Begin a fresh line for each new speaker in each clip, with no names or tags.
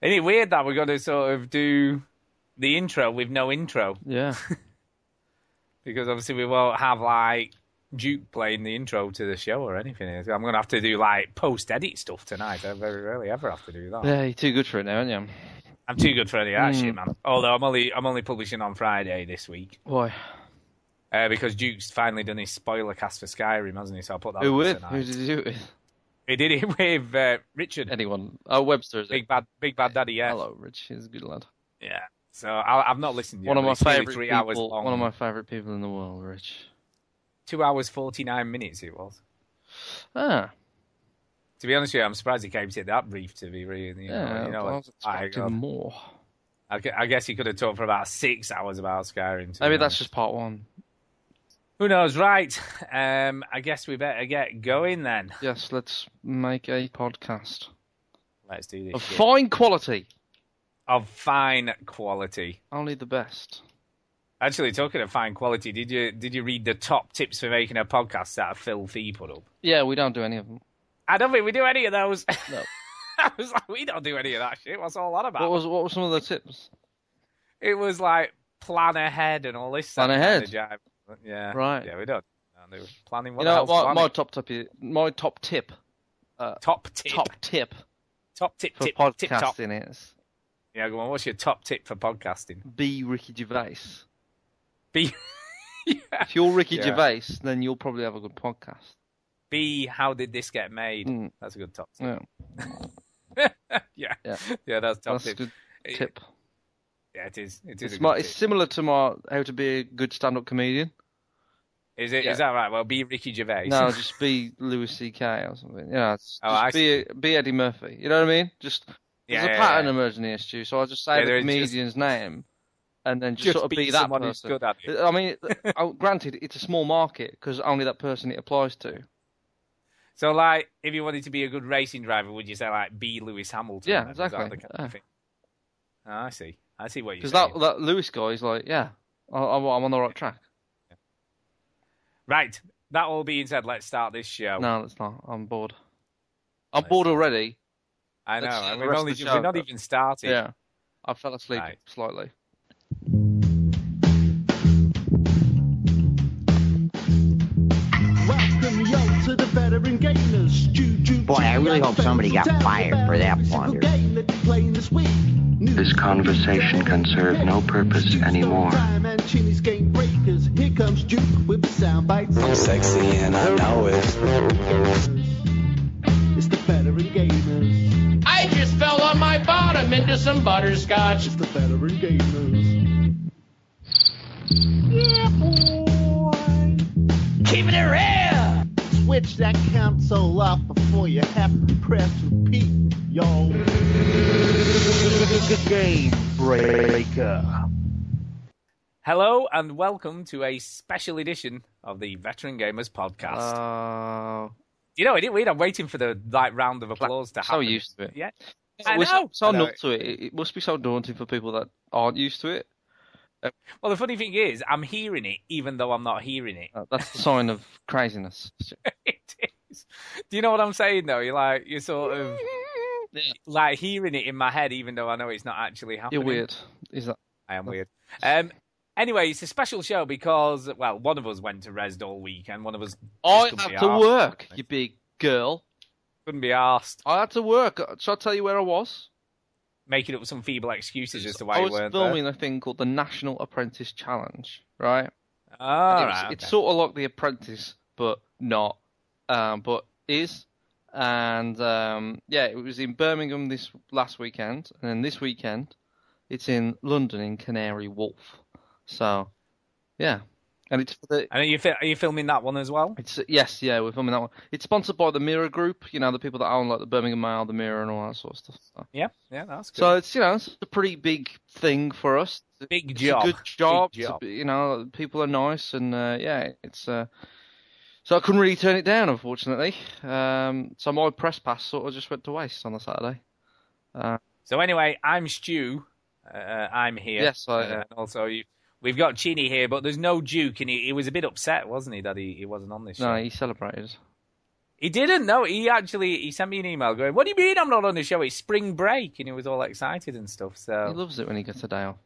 Isn't it weird that we got to sort of do the intro with no intro?
Yeah.
Because obviously we won't have like Duke playing the intro to the show or anything. I'm going to have to do like post edit stuff tonight. I very rarely ever have to do that.
yeah, you're too good for it now, aren't you?
I'm too good for any of that
Mm.
shit, man. Although I'm only I'm only publishing on Friday this week
Why?
uh, because Duke's finally done his spoiler cast for Skyrim, hasn't he? So I'll put that
Who
up
would?
tonight.
Who did you do it with?
He did it with uh, Richard,
Anyone? Oh, Webster is it?
big bad, big bad daddy. Yeah,
Hello, Rich. He's a good lad.
yeah. So I, I've not listened. Yet,
one of
but
my
it's nearly
favorite
three
people.
hours long.
One of my favorite people in the world, Rich.
two hours forty nine minutes it was.
Ah,
To be honest with you, I'm surprised he kept it that brief. To be real, you know,
yeah.
you know,
I was
I,
expecting more.
I gu- I guess he could have talked for about six hours about Skyrim. to
Maybe
be
that's
honest.
just part one.
who knows, right? Um, I guess we better get going then.
Yes, let's make a podcast
Let's do this.
of
shit.
fine quality,
of fine quality.
only the best.
Actually, talking of fine quality, did you did you read the top tips for making a podcast that Phil Fee put up?
Yeah, we don't do any of them.
I don't think we do any of those.
No.
I was like, we don't do any of that shit. What's all that about?
What was what were some of the tips?
it was like plan ahead and all this.
Plan
kind
ahead.
of jive. Yeah.
Right.
Yeah, we don't. No, they were planning. What
You
the
know,
hell's
my,
planning?
my top tip, is- my top tip,
top tip.
top tip
top tip.
for
Tip, tip top.
podcasting is
Yeah, go on. What's your top tip for podcasting?
be Ricky Gervais.
Be
If you're Ricky
Yeah.
Gervais, then you'll probably have a good podcast.
be how did this get made?
Mm.
That's a good top tip.
Yeah,
Yeah.
Yeah.
that's top
that's a
tip.
good
It-
tip.
Yeah, it is. It is a
It's,
good
my,
tip.
it's similar to my how to be a good stand-up comedian.
Is it? Is
Yeah.
that right? Well, be Ricky Gervais.
No, just be Louis C.K. or something. Yeah, it's-
Oh, I
just be be Eddie Murphy. You know what I mean? Just
Yeah,
there's
yeah,
a pattern
yeah.
emerging here, Stu. So I just
Yeah,
say
there
the
is just-
comedian's name, and then just,
Just
sort of
be
be that
someone who's
person.
good at it.
I mean, oh, granted, it's a small market because only that person it applies to.
So, like, if you wanted to be a good racing driver, would you say like be Lewis Hamilton?
Yeah,
then? Is that
exactly.
the kind of
Yeah.
thing? Oh, I see. I see what you're
Because
saying.
that that Lewis guy is like, yeah, I, I'm I'm on the right track.
Right. That all being said, let's start this show.
No, that's not. I'm bored. I'm bored already.
I know.
let's do
And
the
we've
rest
only
of the
we're not
show.
even started.
Yeah, I fell asleep
Right.
slightly.
Welcome, yo, to the veteran gamers. Boy, I really hope somebody got fired for that blunder.
This conversation can serve no purpose anymore.
Here comes Duke with the sound bites.
I'm sexy and I know it.
It's the veteran gamers.
I just fell on my bottom into some butterscotch.
It's the veteran gamers.
Keeping it real!
Switch that console off before you have to press repeat, yo. Game breaker.
Hello and welcome to a special edition of the Veteran Gamers Podcast.
Uh,
you know, it is weird. I'm waiting for the like round of applause to happen.
so used to it.
Yeah. I
We're so,
know.
so
I know.
numb to it. it. It must be so daunting for people that aren't used to it.
Well, the funny thing is, I'm hearing it even though I'm not hearing it.
Uh, That's the sign of craziness.
it is. Do you know what I'm saying though? You're like you're sort of
Yeah.
like hearing it in my head, even though I know it's not actually happening.
You're weird. Is that?
I am weird. Um. Anyway, it's a special show because well, one of us went to Resd all week, and one of us
I
couldn't be
had to
arsed.
work, you big girl.
couldn't be asked,
I had to work. Uh, Shall I tell you where I was?
making up some feeble excuses as to why
I
you
was
weren't
filming a thing called the National Apprentice Challenge, right?
there. All Ah,
it's,
right,
it's
okay.
sort of like The Apprentice, but not, um, but is. And um, yeah, it was in Birmingham this last weekend, and then this weekend, it's in London in Canary Wharf. So, yeah, and it's for the
And are you fi- are you filming that one as well?
it's yes, yeah, we're filming that one. It's sponsored by the Mirror Group, you know, the people that own like the Birmingham Mail, the Mirror, and all that sort of stuff. So,
Yeah, yeah, that's good.
so it's you know, it's a pretty big thing for us.
big
It's
job,
a good job.
Big
It's a bit- you know, people are nice, and uh, yeah, it's. Uh, so I couldn't really turn it down, unfortunately. Um, so my press pass sort of just went to waste on the Saturday.
So anyway, I'm Stu. Uh, I'm here.
Yes, I-
Uh, and also you. We've got Chini here, but there's no Duke, and he, he was a bit upset, wasn't he, that he, he wasn't on this show?
No, he celebrated.
He didn't. No, he actually he sent me an email going, "What do you mean I'm not on the show? It's spring break," and he was all excited and stuff.
He
So,
loves it when he gets a day off.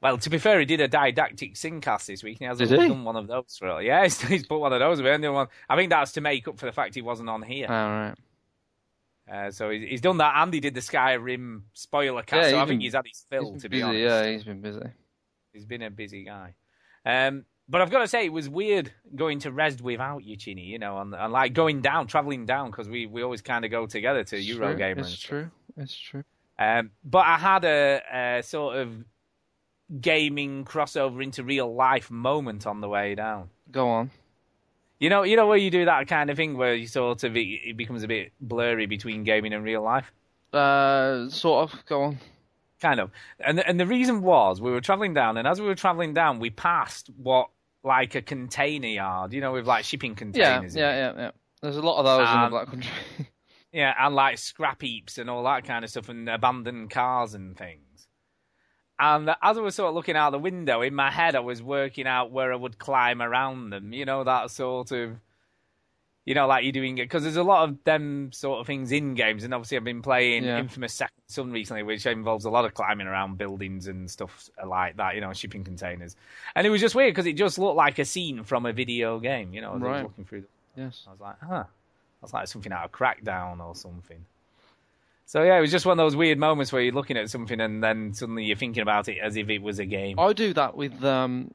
well, to be fair, he did a didactic singcast this week. And he hasn't
Did he?
done one of those really. Yeah, he's, he's put one of those. We haven't done one. I think that's to make up for the fact he wasn't on here.
All right.
Uh, so he's, he's done that, and he did the Skyrim spoiler cast.
Yeah,
so
he's
I think
been-
he's had his
He's
fill.
been
To be
busy.
honest,
Yeah, he's been busy.
he's been a busy guy. Um, but I've got to say, it was weird going to Resd without you, Chini. You know, and, and like going down, traveling down because we, we always kind of go together to
It's
Eurogamer.
true,
and
It's
stuff.
true. It's true.
Um, but I had a, a sort of gaming crossover into real life moment on the way down.
Go on.
You know, you know where you do that kind of thing where you sort of it, it becomes a bit blurry between gaming and real life.
Uh, sort of. Go on.
kind of. And and the reason was we were traveling down, and as we were traveling down, we passed what like a container yard, you know, with like shipping
Yeah,
containers. in
yeah,
it.
yeah, yeah. There's a lot of those in the
Um,
Black Country.
yeah, and like scrap heaps and all that kind of stuff, and abandoned cars and things. And as I was sort of looking out the window, in my head, I was working out where I would climb around them. You know, that sort of, you know, like you're doing it because there's a lot of them sort of things in games. And obviously, I've been playing
Yeah.
Infamous Second Son recently, which involves a lot of climbing around buildings and stuff like that. You know, shipping containers. And it was just weird because it just looked like a scene from a video game. You know, as I was
Right.
looking through. The-
yes.
I was like, huh. That's like something out of Crackdown or something. So yeah, it was just one of those weird moments where you're looking at something and then suddenly you're thinking about it as if it was a game.
I do that with. Um,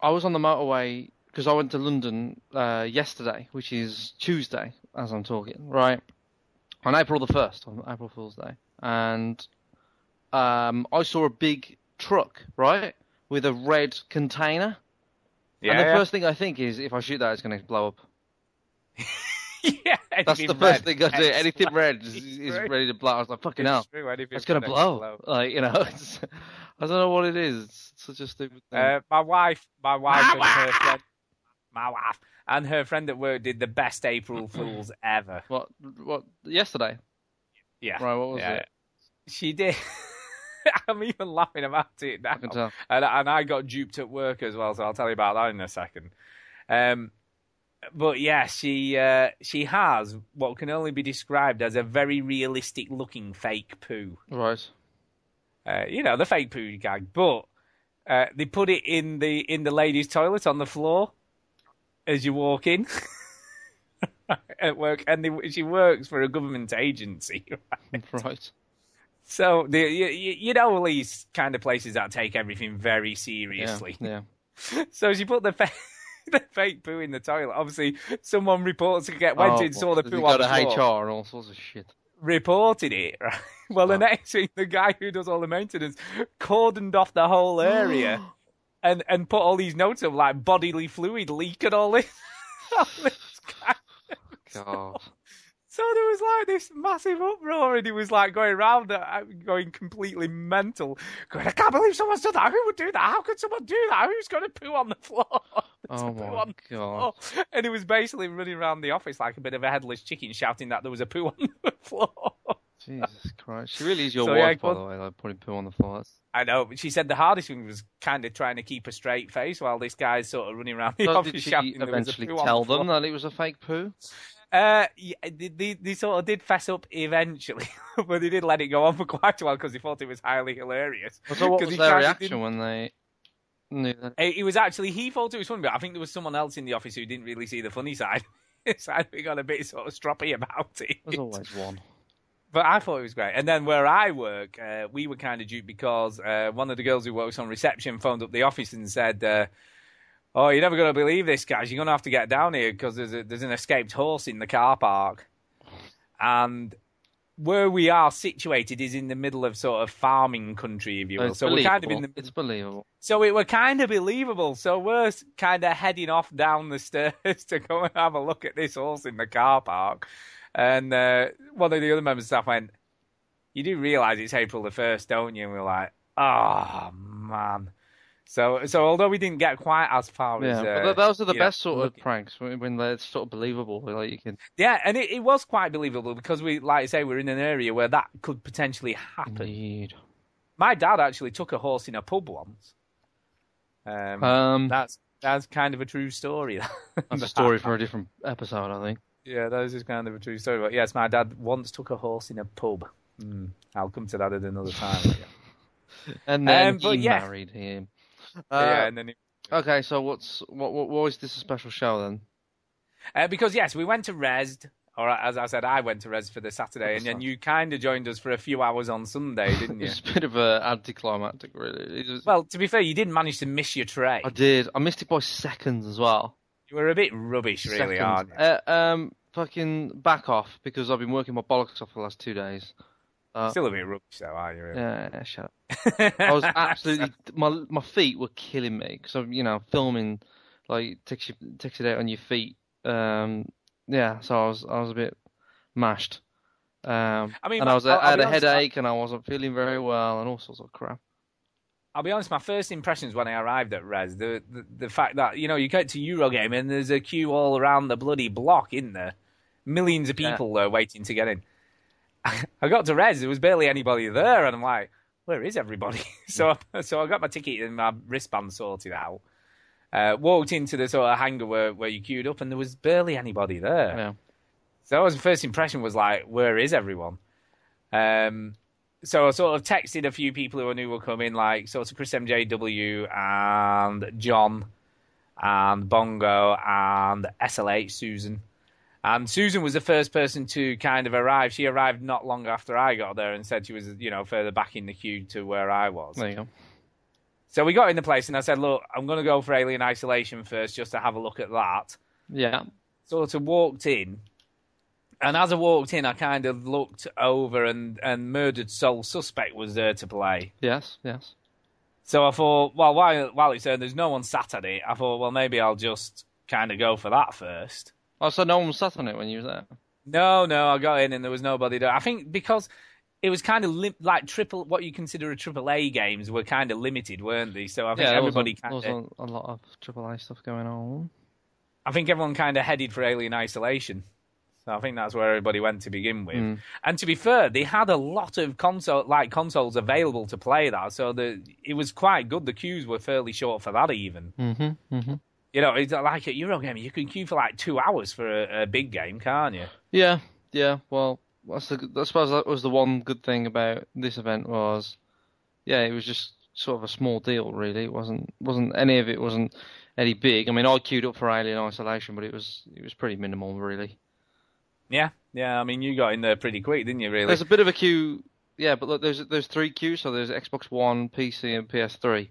I was on the motorway because I went to London uh, yesterday, which is Tuesday as I'm talking, right? On April the first, on April Fool's Day, and um, I saw a big truck, right, with a red container.
yeah,
and the
yeah.
first thing I think is, if I shoot that, it's going to blow up.
yeah,
That's
anything
the first
red.
thing I do.
It's
Anything
like-
red is, is
right.
ready to blow. I was like, fucking hell,
It's true, anything
it's going to
red
blow. Mm. Like you know, it's, I don't know what it is. It's such a stupid thing.
Uh, my wife, my wife,
My
and her friend, my wife and her friend at work did the best April Fools ever.
What? What? Yesterday?
Yeah,
Right. What was
yeah.
it?
She did. I'm even laughing about it now.
I can tell.
and, and I got duped at work as well, so I'll tell you about that in a second. Um, but yeah, she uh, she has what can only be described as a very realistic looking fake poo.
Right.
Uh, you know the fake poo gag, but uh, they put it in the in the ladies' toilet on the floor as you walk in. at work, and they, she works for a government agency.
Right.
So the, you, you you know all these kind of places that take everything very seriously.
Yeah. yeah.
So she put the fake, the fake poo in the toilet. Obviously, someone reports to get went
Oh,
in, saw the
they
poo on
got
the
a
floor,
HR and all sorts of shit.
reported it. Right? Well, the
Oh.
next thing, the guy who does all the maintenance cordoned off the whole area and and put all these notes of like bodily fluid leak and all this. all this guy.
God.
So there was like this massive uproar, and he was like going around, uh, going completely mental. Going, I can't believe someone's done that. Who would do that? How could someone do that? Who's going to poo on the floor? There's a
Oh
poo
my
on the
god.
floor. And he was basically running around the office like a bit of a headless chicken, shouting that there was a poo on the floor.
Jesus Christ. She really is your
So, yeah,
wife,
go
by the way. Like putting poo on the floor. That's-
I know, but she said the hardest thing was kind of trying to keep a straight face while this guy's sort of running around the
So
office
did she
shouting there was a
eventually
poo on the
tell them
floor.
that it was a fake poo?
Uh, yeah, they, they, they sort of did fess up eventually, but they did let it go on for quite a while because they thought it was highly hilarious.
So what
'Cause
was
he
their
kinda
reaction
didn't-
when they knew that?
It, it was actually he thought it was funny, but I think there was someone else in the office who didn't really see the funny side. so I think we got a bit sort of stroppy about it.
There's always one.
But I thought it was great. And then where I work, uh, we were kind of duped because uh, one of the girls who works on reception phoned up the office and said, uh, "Oh, you're never going to believe this, guys. You're going to have to get down here because there's a, there's an escaped horse in the car park." And where we are situated is in the middle of sort of farming country, if you will.
Oh, It's
So we're kind of in the
believable. It's believable.
so it were kind of believable. So we're kind of heading off down the stairs to go and have a look at this horse in the car park. And uh, one of the other members of staff went, You do realise it's April the 1st, don't you? And we were like, Oh, man. So, so although we didn't get quite as far as.
Yeah,
uh,
but th- those are the
you know,
best sort of
looking-
pranks when, when they're sort of believable. Like you can,
Yeah, and it, it was quite believable because we, like I say, we're in an area where that could potentially happen.
indeed.
My dad actually took a horse in a pub once. Um,
Um, Oh,
that's that's kind of a true story.
that's a story for a different episode, I think.
Yeah, that is kind of a true story. But yes, my dad once took a horse in a pub. Hmm. I'll come to that at another time.
And then
Um, but
he
yeah.
married him.
yeah,
Uh,
and then he-
Okay, so what's what, what? Why is this a special show then?
uh, because yes, we went to Resd, or as I said, I went to Resd for the Saturday, and then you kind of joined us for a few hours on Sunday, didn't you?
It's a bit of a anticlimactic, really. It was-
well, to be fair, you didn't manage to miss your train.
I did. I missed it by seconds as well.
You were a bit rubbish, really,
seconds.
aren't you?
Uh, um, fucking back off because I've been working my bollocks off for the last two days.
Still a bit rubbish, though, are you? Really?
Yeah, shut up. I was absolutely my my feet were killing me because I'm you know filming like takes you takes it out on your feet. Um, yeah, so I was I was a bit mashed. Um,
I mean,
and I was
I'll-
I had
I'll be
a
honest, I-
headache and I wasn't feeling very well and all sorts of crap.
I'll be honest, my first impressions when I arrived at Res, the, the the fact that, you know, you get to Eurogame and there's a queue all around the bloody block, in there? Millions of
Yeah.
people are waiting to get in. I got to Res, there was barely anybody there, and I'm like, where is everybody? so, I- so I got my ticket and my wristband sorted out. Uh, walked into the sort of hangar where, where you queued up, and there was barely anybody there.
Yeah.
So that was the first impression was like, where is everyone? Um, so I sort of texted a few people who I knew were coming, like sort of Chris MJW and John and Bongo and SLH Susan. And Susan was the first person to kind of arrive. She arrived not long after I got there and said she was, you know, further back in the queue to where I was.
There you go.
So we got in the place and I said, look, I'm going to go for Alien Isolation first just to have a look at that
Yeah.
sort of walked in, and as I walked in, I kind of looked over, and and murdered soul suspect was there to play.
Yes. Yes.
So I thought, well, while while it's there, there's no one sat at it. I thought, well, maybe I'll just kind of go for that first.
Oh, so no one sat on it when you were there.
No, no, I got in and there was nobody there. I think because it was kind of lim- like triple what you consider a triple A games were kind of limited, weren't they? So I think
there was
everybody
a- there
kind of,
was a, a lot of AAA stuff going on.
I think everyone kind of headed for Alien Isolation. So I think that's where everybody went to begin with.
Mm.
And to be fair, they had a lot of console like consoles available to play that, so the it was quite good. The queues were fairly short for that even.
Mm-hmm. Mm-hmm.
You know, it's like at Eurogame, you can queue for like two hours for a, a big game, can't you?
Yeah, yeah. Well, that's the, I suppose that was the one good thing about this event was, yeah, it was just sort of a small deal, really. It wasn't wasn't any of it wasn't any big. I mean, I queued up for Alien Isolation, but it was it was pretty minimal, really.
Yeah, yeah. I mean, you got in there pretty quick, didn't you? Really?
There's a bit of a queue, yeah, but look, there's there's three queues. So there's Xbox One, PC, and PS3.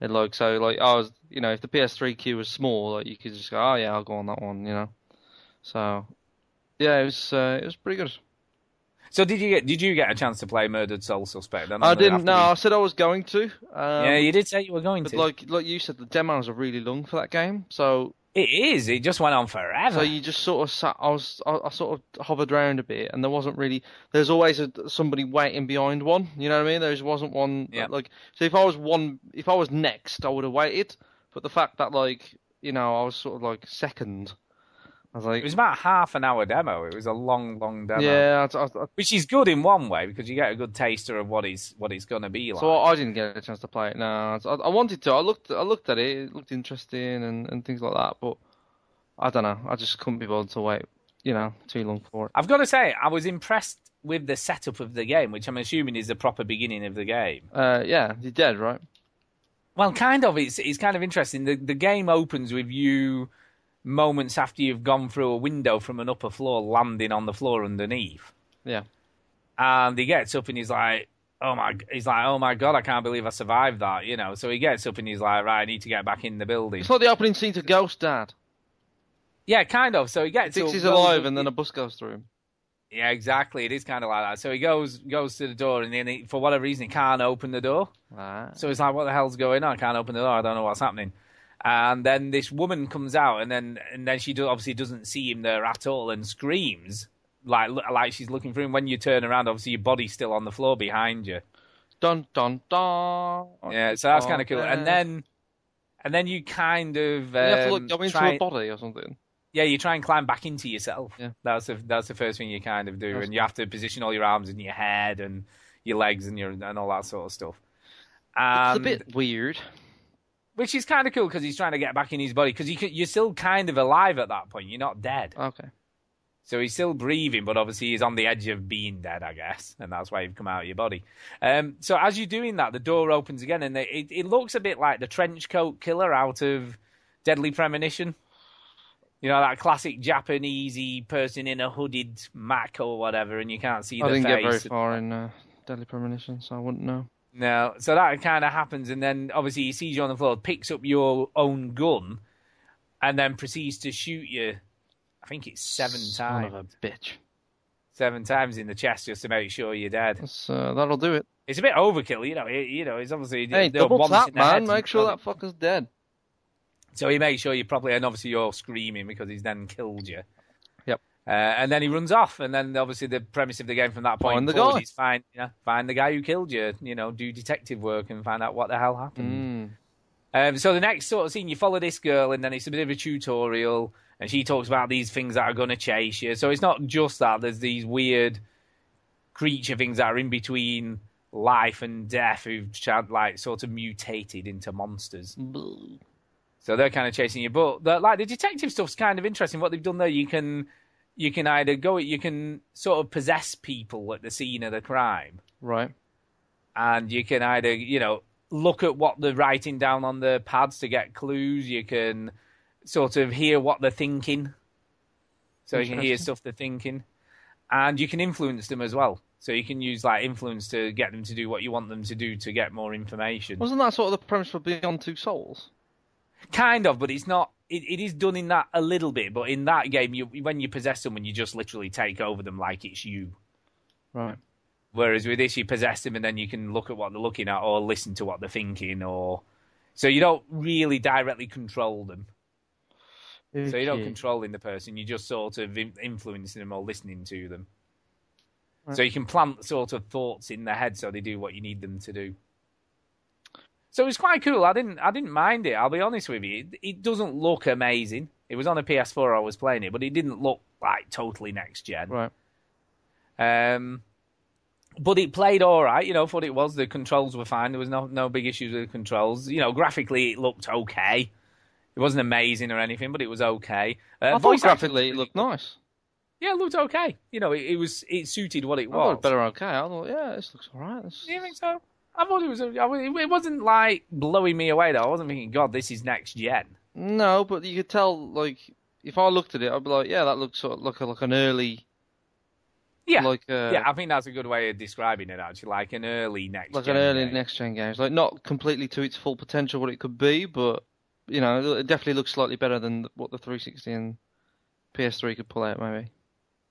And like so, like I was, you know, if the PS3 queue was small, like you could just go, oh yeah, I'll go on that one, you know. So, yeah, it was uh, it was pretty good.
So did you get did you get a chance to play Murdered Soul Suspect? then,
I
on the-
didn't.
after
No,
we-
I said I was going to. Um,
yeah, you did say you were going
But
to.
like, like you said, the demos are really long for that game. So,
it is. It just went on forever.
so you just sort of sat. I was, I, I sort of hovered around a bit, and there wasn't really. There's always a, somebody waiting behind one. You know what I mean? There just wasn't one.
Yeah.
Like, so if I was one, if I was next, I would have waited. But the fact that like, you know, I was sort of like second. I was like,
It was about half an hour demo. It was a long, long demo.
yeah. I, I, I,
which is good in one way because you get a good taster of what it's what it's going to be like.
So I, I didn't get a chance to play it. No, I, I wanted to. I looked, I looked at it. It looked interesting and, and things like that. But I don't know. I just couldn't be bothered to wait, you know, too long for it.
I've got to say, I was impressed with the setup of the game, which I'm assuming is the proper beginning of the game.
Uh, yeah, you're dead, right?
Well, kind of. It's it's kind of interesting. The the game opens with you moments after you've gone through a window from an upper floor, landing on the floor underneath,
Yeah,
and he gets up and he's like. Oh my! He's like, oh my god, I can't believe I survived that, you know. So he gets up and he's like, right, I need to get back in the building.
it's like the opening scene to Ghost Dad.
Yeah, kind of. So he gets
Six
up,
is
goes
alive,
up-
and then a bus goes through him.
Yeah, exactly. It is kind of like that. So he goes goes to the door, and then he, for whatever reason he can't open the door.
Right.
So he's like, "What the hell's going on? I can't open the door. I don't know what's happening." And then this woman comes out, and then and then she do, obviously doesn't see him there at all, and screams like lo- like she's looking for him. When you turn around, obviously your body's still on the floor behind you.
Dun dun dun.
Yeah, so that's kind of cool.
Oh, Yeah.
And then and then you kind of
you have to
um,
like, go into
try-
a body or something.
yeah, you try and climb back into yourself.
Yeah.
That's the that's the first thing you kind of do,
That's
and you have to position all your arms and your head and your legs and your and all that sort of stuff. Um,
It's a bit weird.
which is kind of cool because he's trying to get back in his body because you can, you're still kind of alive at that point. You're not dead.
Okay.
So he's still breathing, but obviously he's on the edge of being dead, I guess, and that's why you've come out of your body. Um, so as you're doing that, the door opens again, and it, it, it looks a bit like the trench coat killer out of Deadly Premonition. You know that classic Japanesey person in a hooded mac or whatever, and you can't see
I
the
didn't
face.
get very far in uh, Deadly Premonition, so I wouldn't know.
No, so that kind of happens, and then obviously he sees you on the floor, picks up your own gun, and then proceeds to shoot you. I think it's seven
Son
times,
of a bitch.
seven times in the chest just to make sure you're dead.
That's, uh, that'll do it.
It's a bit overkill, you know. It, you know, it's obviously
Hey,
they'll
double
once
tap,
in the head
man. Make
and
sure
probably-
that fucker's dead.
So he makes sure you properly, and obviously you're screaming because he's then killed you.
Yep.
Uh, and then he runs off, and then obviously the premise of the game from that point
Find the
forward
guy.
is find, you know, find the guy who killed you. You know, do detective work and find out what the hell happened.
Mm.
Um, so the next sort of scene, you follow this girl, and then it's a bit of a tutorial, and she talks about these things that are going to chase you. So it's not just that. There's these weird creature things that are in between life and death who've ch- like sort of mutated into monsters.
Mm.
So they're kind of chasing you. But the, like the detective stuff's kind of interesting. What they've done there, you can you can either go, you can sort of possess people at the scene of the crime
Right.
and you can either you know look at what they're writing down on the pads to get clues you can sort of hear what they're thinking so you can hear
Interesting.
stuff they're thinking and you can influence them as well so you can use like influence to get them to do what you want them to do to get more information
Wasn't that sort of the premise for Beyond Two Souls?
kind of but it's not it, it is done in that a little bit but in that game you when you possess someone you just literally take over them like it's you
Right.
Whereas with this, you possess them, and then you can look at what they're looking at, or listen to what they're thinking, or so you don't really directly control them. So you're not controlling the person; you're just sort of in- influencing them or listening to them. So you can plant sort of thoughts in their head, so they do what you need them to do. So it's quite cool. I didn't, I didn't mind it. I'll be honest with you; it, it doesn't look amazing. It was on a PS4 I was playing it, but it didn't look like totally next gen.
Right.
Um, but it played all right, you know, for what it was. The controls were fine. There was no no big issues with the controls. You know, graphically it looked okay. It wasn't amazing or anything, but it was okay. Uh,
I thought
voice acting-
graphically it looked nice.
yeah, it looked okay. You know, it, it was it suited what it
I thought
was.
it better okay. I thought, yeah, this looks alright. This...
Do you think so? I thought it was. I wa- It wasn't like blowing me away though. I wasn't thinking, God, this is next gen.
No, but you could tell, like, if I looked at it, I'd be like, yeah, that looks sort of like, a- like an early,
Yeah,
like, uh,
yeah. I think that's a good way of describing it. Actually, like an early next.
like
gen
an early
game.
next gen games. Like, not completely to its full potential what it could be, but, you know, it definitely looks slightly better than what the 360 and PS3 could pull out, maybe.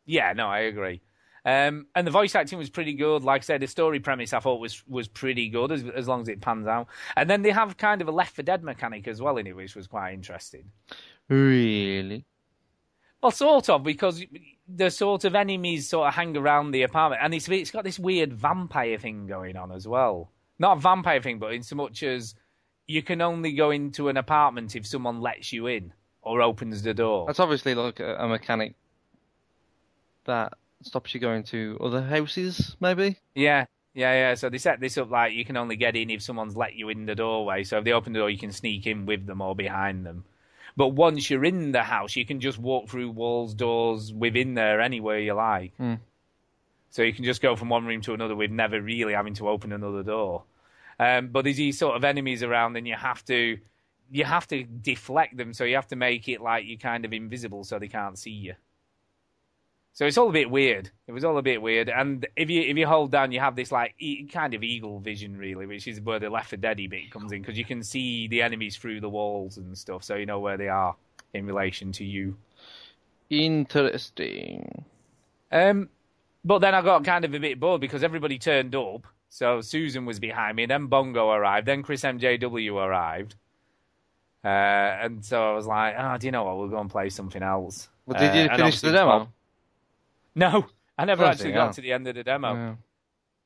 Yeah, no, I agree. Um, and the voice acting was pretty good. Like I said, the story premise I thought was was pretty good as as long as it pans out. And then they have kind of a Left for Dead mechanic as well in it, which was quite interesting.
Really?
Well, sort of because the sort of enemies sort of hang around the apartment, and it's it's got this weird vampire thing going on as well. Not a vampire thing, but in so much as you can only go into an apartment if someone lets you in or opens the door.
That's obviously like a, a mechanic that stops you going to other houses, maybe.
Yeah, yeah, yeah. So they set this up like you can only get in if someone's let you in the doorway. So if they open the door, you can sneak in with them or behind them. But once you're in the house, you can just walk through walls, doors, within there, anywhere you like. So you can just go from one room to another with never really having to open another door. Um, but there's these sort of enemies around, and you have to you have to deflect them. So you have to make it like you're kind of invisible, so they can't see you. So it's all a bit weird. It was all a bit weird. And if you if you hold down, you have this like e- kind of eagle vision, really, which is where the Left 4 Dead bit comes in because you can see the enemies through the walls and stuff, so you know where they are in relation to you.
Interesting.
Um, but then I got kind of a bit bored because everybody turned up. So Susan was behind me, then Bongo arrived, then Chris MJW arrived. Uh, and so I was like, oh, do you know what? We'll go and play something else.
Well, did
Uh,
you
and
finish the
obviously
demo?
Bob- No, I never
Bloody
actually
hell.
got to the end of the demo.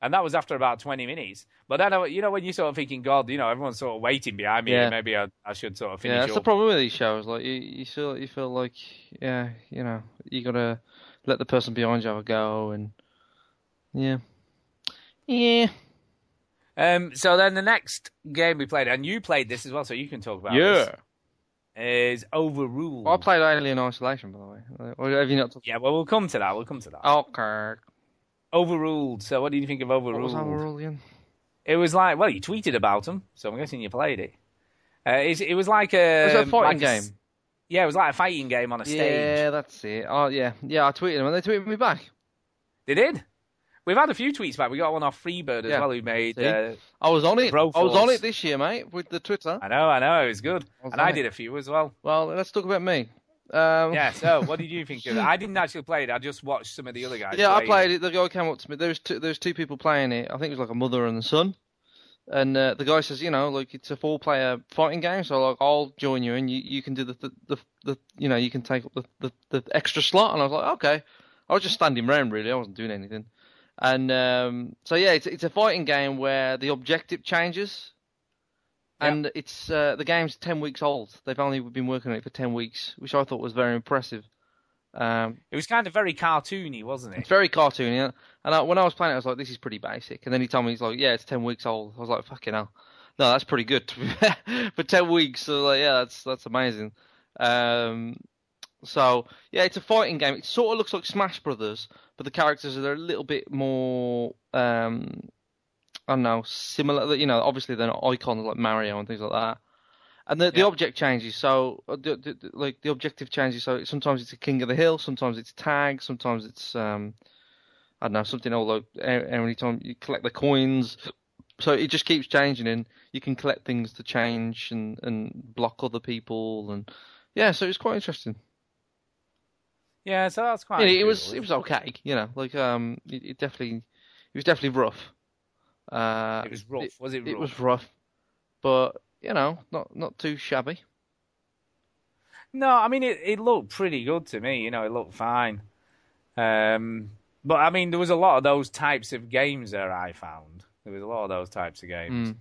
and that was after about 20 minutes. But then, I, you know, when you're sort of thinking, God, you know, everyone's sort of waiting behind me,
Yeah.
maybe I, I should sort of
Yeah,
finish
that's the
up.
problem with these shows. Like you, you feel you feel like yeah, you know, you gotta let the person behind you have a go and yeah, yeah,
um, so then the next game we played, and you played this as well, so you can talk about this. is overruled.
I played Alien Isolation, by the way. Or have you not? Talked
yeah, well, we'll come to that. We'll come to that.
Okay.
Overruled. So, what do you think of
Oh. What was
overruled?
overall again?
It was like, well, you tweeted about them, so I'm guessing you played it. Uh, it's, it was like a,
It was a
like
fighting game.
s- yeah, it was like a fighting game on a stage.
Yeah, that's it. Oh yeah, yeah. I tweeted them and they tweeted me back.
They did. We've had a few tweets back. We got one off Freebird as
Yeah.
well, who made.
See?
Uh,
I was on it.
Bro
I was on
force.
it this year, mate, with the Twitter.
I know, I know, it was good,
was
and I
right.
did a few as well.
Well, let's talk about me. Um,
Yeah. So, what did you think of it? I didn't actually play it. I just watched some of the other guys.
yeah, I
play
played it. The guy came up to me. There was two, there was two people playing it. I think it was like a mother and a son. And uh, the guy says, you know, like it's a four-player fighting game, so like I'll join you, and you, you can do the, the the the you know you can take up the, the the extra slot. And I was like, okay. I was just standing around really. I wasn't doing anything. And um, so yeah, it's it's a fighting game where the objective changes. And it's uh, the game's ten weeks old. They've only been working on it for ten weeks, which I thought was very impressive. Um,
It was kind of very cartoony, wasn't
it's
it?
very cartoony. and- And I, when I was playing it, I was like, this is pretty basic. And then he told me, he's like, yeah, it's 10 weeks old. I was like, fucking hell. No, that's pretty good to be fair. for 10 weeks. So, like, yeah, that's that's amazing. Um, so, yeah, it's a fighting game. It sort of looks like Smash Brothers, but the characters are a little bit more, um, I don't know, similar. You know, obviously they're not icons like Mario and things like that. And the, the
Yeah.
object changes, so uh, the, the, the- like the objective changes. So sometimes it's a king of the hill, sometimes it's tag, sometimes it's um, I don't know something. All like how how many times you collect the coins, so it just keeps changing, and you can collect things to change and and block other people, and yeah, so it's quite interesting.
Yeah, so that's quite.
Yeah, it was
cool.
it was okay, you know, like um, it, it definitely it was definitely rough. Uh,
It was rough.
it-
was it rough?
it was rough, but you know, not not too shabby.
No, I mean it. It looked pretty good to me. You know, it looked fine. Um, but I mean, there was a lot of those types of games there. I found there was a lot of those types of
Hmm.
games.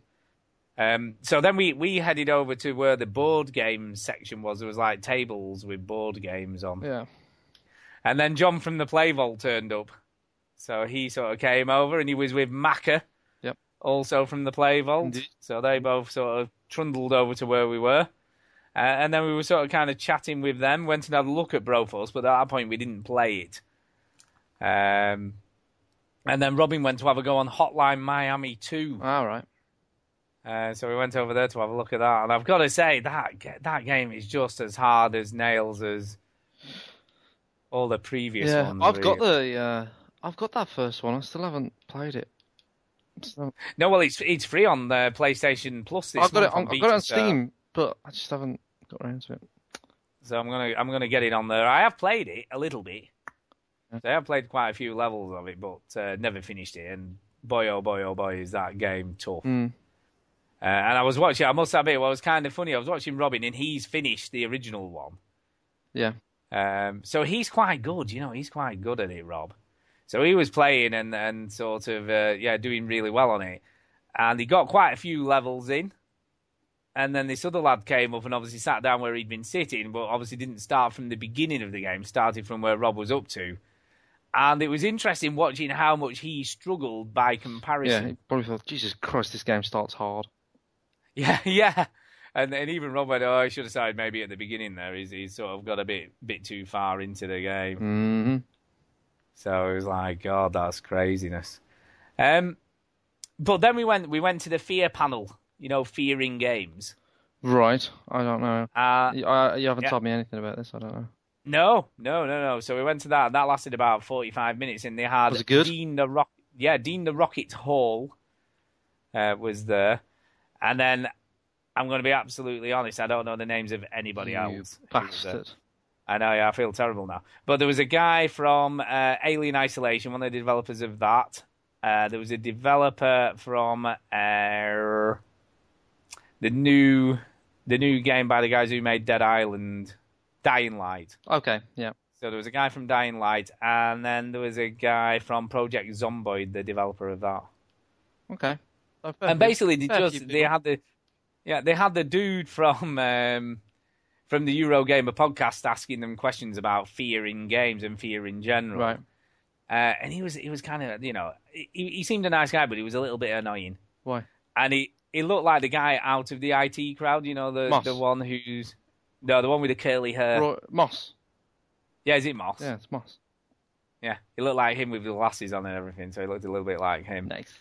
Um, so then we we headed over to where the board game section was. There was like tables with board games on,
Yeah.
and then John from the Play Vault turned up. So he sort of came over, and he was with Macca,
Yep.
also from the Play Vault.
Indeed.
So they both sort of trundled over to where we were. Uh, and then we were sort of kind of chatting with them, went and had a look at Broforce, but at that point we didn't play it. Um, and then Robin went to have a go on Hotline Miami 2.
All right.
Uh, so we went over there to have a look at that. And I've got to say, that ga- that game is just as hard as nails as all the previous
yeah,
ones.
I've got
really.
the uh, I've got that first one. I still haven't played it. So-
No, well, it's it's free on the PlayStation Plus this
I've got it.
month
On, I've got
beta,
it on
so-
Steam, but I just haven't got around to it.
So I'm gonna I'm gonna get it on there. I have played it a little bit. So I have played quite a few levels of it, but uh, never finished it. And boy oh boy oh boy is that game tough.
Mm.
Uh, and I was watching. I must admit, what was kind of funny. I was watching Robin, and he's finished the original one.
Yeah.
Um, so he's quite good, you know. He's quite good at it, Rob. So he was playing and and sort of uh, yeah, doing really well on it. And he got quite a few levels in. And then this other lad came up and obviously sat down where he'd been sitting, but obviously didn't start from the beginning of the game. Started from where Rob was up to. And it was interesting watching how much he struggled by
Yeah.
comparison.
It probably thought, Jesus Christ, this game starts hard.
Yeah, yeah. And and even Rob went, oh, I should have started maybe at the beginning there. He's, he's sort of got a bit bit too far into the game.
Mm-hmm.
So it was like, God, that's craziness. Um, but then we went we went to the fear panel, you know, fearing games.
Right. I don't know.
Uh,
You, I, you haven't
Yeah.
told me anything about this. I don't know.
no, no, no, no. So we went to that. and That lasted about forty five minutes, and they had
Was it good?
Dean the Rock. Yeah, Dean the Rocket Hall uh, was there, and then I'm going to be absolutely honest. I don't know the names of anybody
you
else. who was there.
bastard.
I know, yeah, I feel terrible now. But there was a guy from uh, Alien Isolation, one of the developers of that. Uh, there was a developer from uh, the new the new game by the guys who made Dead Island, Dying Light.
uh, Okay. Yeah.
So there was a guy from Dying Light, and then there was a guy from Project Zomboid, the developer of that.
Okay. So fair
And
few-
basically, they
fair
just
few
they
people.
had the yeah they had the dude from um, from the Eurogamer podcast asking them questions about fear in games and fear in general.
right.
Uh, and he was he was kind of you know he, he seemed a nice guy, but he was a little bit annoying.
Why?
And he he looked like the guy out of the IT crowd, you know the
Moss.
the one who's No, the one with the curly hair.
Roy- Moss.
Yeah, is it Moss?
Yeah, it's Moss.
Yeah. He looked like him with the glasses on and everything, so he looked a little bit like him.
Nice.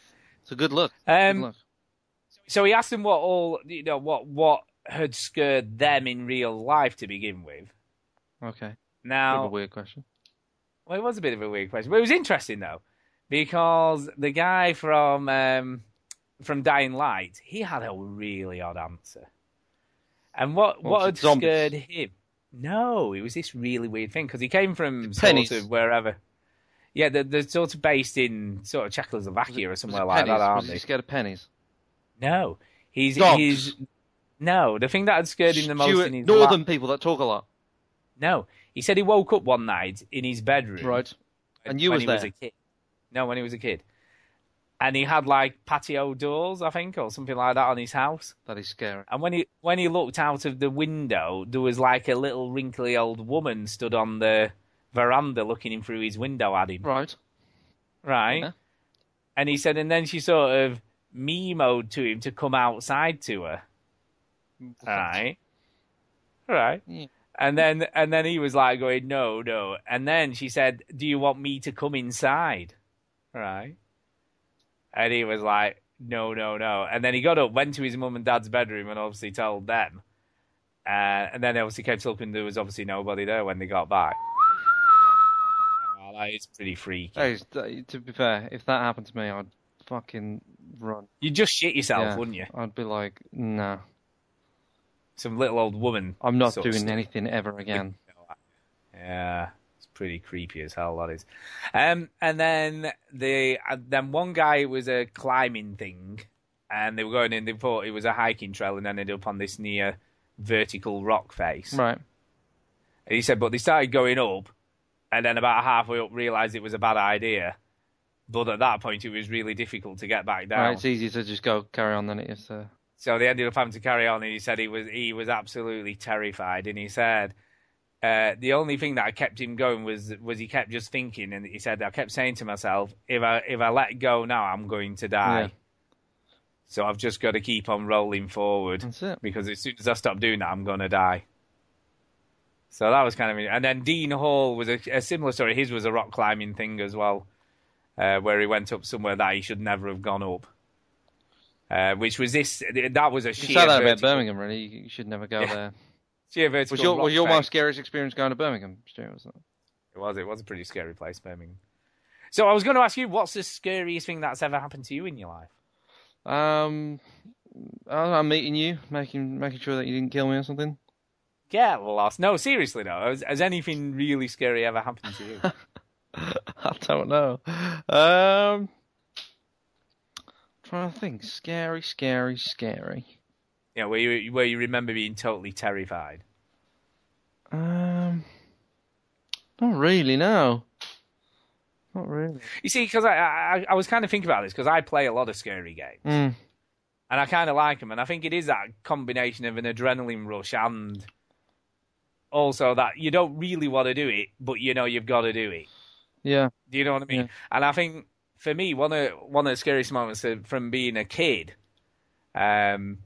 So good luck.
Um,
good luck.
So he asked him what all you know what what had scared them in real life to begin with.
Okay. Bit of a
Now,
weird question.
well, it was a bit of a weird question, but it was interesting though, because the guy from um, from Dying Light he had a really odd answer, and what
What
what
was
had
it, zombies?
scared him? No, it was this really weird thing because he came from
pennies.
sort of wherever. Yeah, they're, they're sort of based in sort of Czechoslovakia or
Was it
somewhere like
pennies?
that, aren't
Was
they?
he scared of pennies?
No, he's
Dogs.
he's no. The thing that had scared him the most
Stuart-
in his
Northern
li-
people that talk a lot.
no, he said he woke up one night in his bedroom.
Right. And you
when
was
he
there.
was a kid. No, when he was a kid, and he had like patio doors, I think, or something like that on his house.
That is scary.
And when he when he looked out of the window, there was like a little wrinkly old woman stood on the veranda looking in through his window at him.
Right.
Right.
Yeah.
And he said, and then she sort of memoed to him to come outside to her. Right. Right.
Yeah.
And then and then he was like going, No, no. And then she said, Do you want me to come inside? Right. And he was like, No, no, no. And then he got up, went to his mum and dad's bedroom and obviously told them. Uh, and then obviously came to look and there was obviously nobody there when they got back. Well, that is pretty freaky.
Hey, uh, to be fair, if that happened to me, I'd fucking run.
You'd just shit yourself,
Yeah.
wouldn't you?
I'd be like, nah,
Some little old woman.
I'm not
sort of
doing anything ever again.
Yeah, it's pretty creepy as hell. That is. Um, and then the uh, then one guy it was a climbing thing, and they were going in. They thought it was a hiking trail, and ended up on this near vertical rock face.
Right.
And he said, but they started going up, and then about halfway up, realised it was a bad idea. But at that point, it was really difficult to get back down.
Right, it's easier to just go carry on than it is to.
So they ended up having to carry on, and he said he was he was absolutely terrified, and he said uh, the only thing that kept him going was was he kept just thinking, and he said I kept saying to myself, if I if I let go now, I'm going to die.
Yeah.
So I've just got to keep on rolling forward
That's it.
because as soon as I stop doing that, I'm gonna die. So that was kind of, and then Dean Hall was a, a similar story. His was a rock climbing thing as well, uh, where he went up somewhere that he should never have gone up. Uh, which was this? That was a
You
sheer,
said that about
vertical,
Birmingham, really. You you should never go
Yeah.
there.
sheer vertical.
Was your
rock
was your
face.
most scariest experience going to Birmingham? Stuart, was it?
It was. It was a pretty scary place, Birmingham. So I was going to ask you, what's the scariest thing that's ever happened to you in your life?
Um, I don't know, I'm meeting you, making making sure that you didn't kill me or something.
Get lost. No, seriously though, has, has anything really scary ever happened to you?
I don't know. Um, trying to think. Scary, scary, scary.
you know, where you where you remember being totally terrified.
Um, not really. No, not really.
You see, because I, I I was kind of thinking about this because I play a lot of scary games
Mm,
and I kind of like them, and I think it is that combination of an adrenaline rush and also that you don't really want to do it, but you know you've got to do it.
yeah.
Do you know what I mean?
Yeah.
And I think for me, one of one of the scariest moments of- from being a kid um,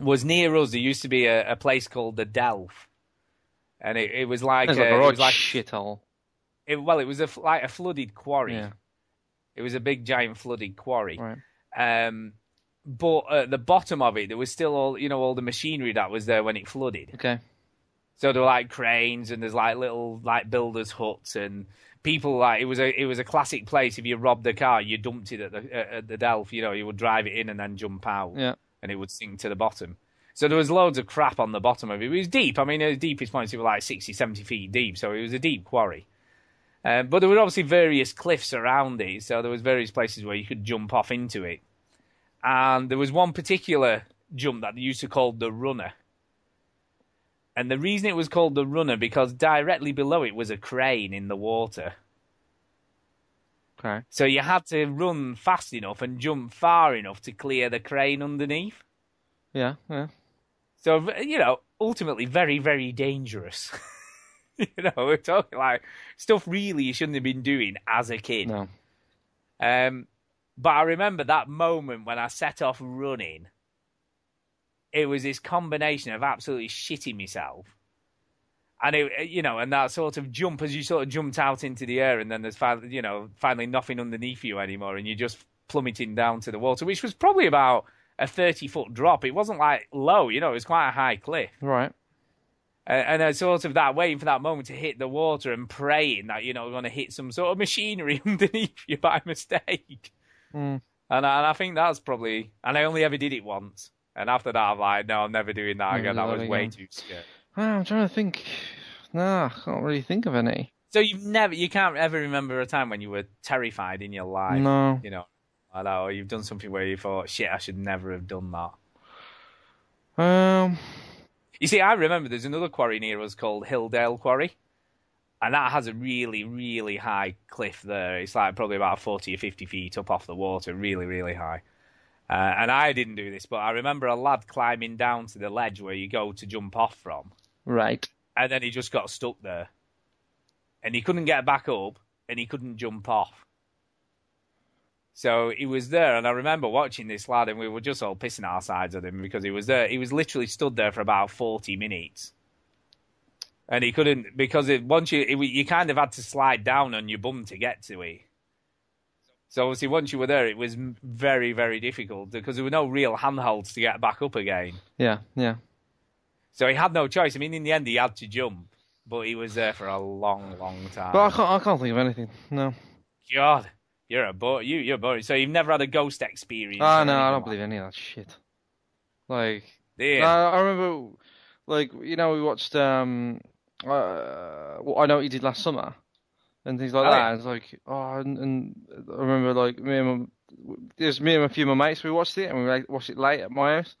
was near us. There used to be a, a place called the Delph, and it, it was like,
It's
a,
like a
it
right
was like
shithole.
it, well, it was a, f- like a flooded quarry.
Yeah.
It was a big, giant flooded quarry.
Right.
Um, but at the bottom of it, there was still all you know all the machinery that was there when it flooded.
Okay.
So there were like cranes and there's like little like builders huts and people like it was a it was a classic place. If you robbed a car, you dumped it at the at at the Delph. You know, you would drive it in and then jump out,
Yeah.
and it would sink to the bottom. So there was loads of crap on the bottom of it. It was deep. I mean, at the deepest points, it were like 60, 70 feet deep. So it was a deep quarry. Uh, but there were obviously various cliffs around it. So there was various places where you could jump off into it. And there was one particular jump that they used to call the runner. And the reason it was called the runner because directly below it was a crane in the water.
Okay.
So you had to run fast enough and jump far enough to clear the crane underneath.
Yeah. Yeah.
So v- you know, ultimately, very, very dangerous. you know, we're talking like stuff really you shouldn't have been doing as a kid.
No.
Um, but I remember that moment when I set off running, it was this combination of absolutely shitting myself. And it, uh, you know, and that sort of jump as you sort of jumped out into the air, and then there's finally, you know, finally nothing underneath you anymore, and you're just plummeting down to the water, which was probably about a 30 foot drop. It wasn't like low, you know, it was quite a high cliff.
Right.
And, and I was sort of that waiting for that moment to hit the water and praying that you're not going to hit some sort of machinery underneath you by mistake.
Mm.
And, I, and I think that's probably, and I only ever did it once. And after that, I'm like, no, I'm never doing that
Never
again.
do
That
that
was way
again.
too scary.
Ah, I'm trying to think. Nah, I can't really think of any.
So you've never, you can't ever remember a time when you were terrified in your life.
No.
You know, I know, or you've done something where you thought, shit, I should never have done that.
Um,
You see, I remember there's another quarry near us called Hilldale Quarry, and that has a really, really high cliff there. It's like probably about 40 or 50 feet up off the water, really, really high. Uh, and I didn't do this, but I remember a lad climbing down to the ledge where you go to jump off from,
right.
and then he just got stuck there. And he couldn't get back up, and he couldn't jump off. So he was there, and I remember watching this lad, and we were just all pissing our sides at him because he was there. He was literally stood there for about 40 minutes. And he couldn't, because it, once you, it, you kind of had to slide down on your bum to get to it. So obviously, once you were there, it was m- very, very difficult because there were no real handholds to get back up again.
Yeah, yeah.
So he had no choice. I mean, in the end, he had to jump, but he was there for a long, long time.
But I can't. I can't think of anything. No.
God, you're a bo- you, you're boring. So you've never had a ghost experience?
Ah,
or
no, I
anything
don't
like
believe any of that shit. Like,
that? Yeah.
I, I remember, like, you know, we watched. Um, uh, what I know what you did last summer, and things like
Oh,
that.
yeah.
And it's like, oh, and, and I remember, like, me and my, it was me and a few of my mates. We watched it, and we like, watched it late at my house.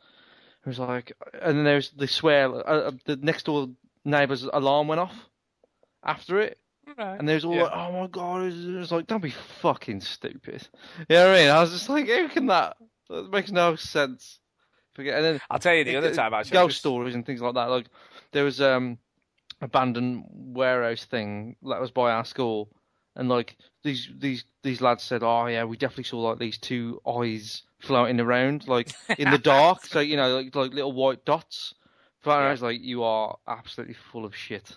It was like, and then there's the swear. Uh, uh, the next door neighbour's alarm went off after it.
Right.
And there's all
Yeah.
like, oh my god, it was, it was like, don't be fucking stupid. You know what I mean? I was just like, how can that? That makes no sense. Forget. And then
I'll tell you the other time. Actually, I
ghost
just-
stories and things like that. Like there was um abandoned warehouse thing that was by our school, and like these these these lads said, oh yeah, we definitely saw like these two eyes floating around like in the dark. so you know, like like little white dots. But I was like, you are absolutely full of shit.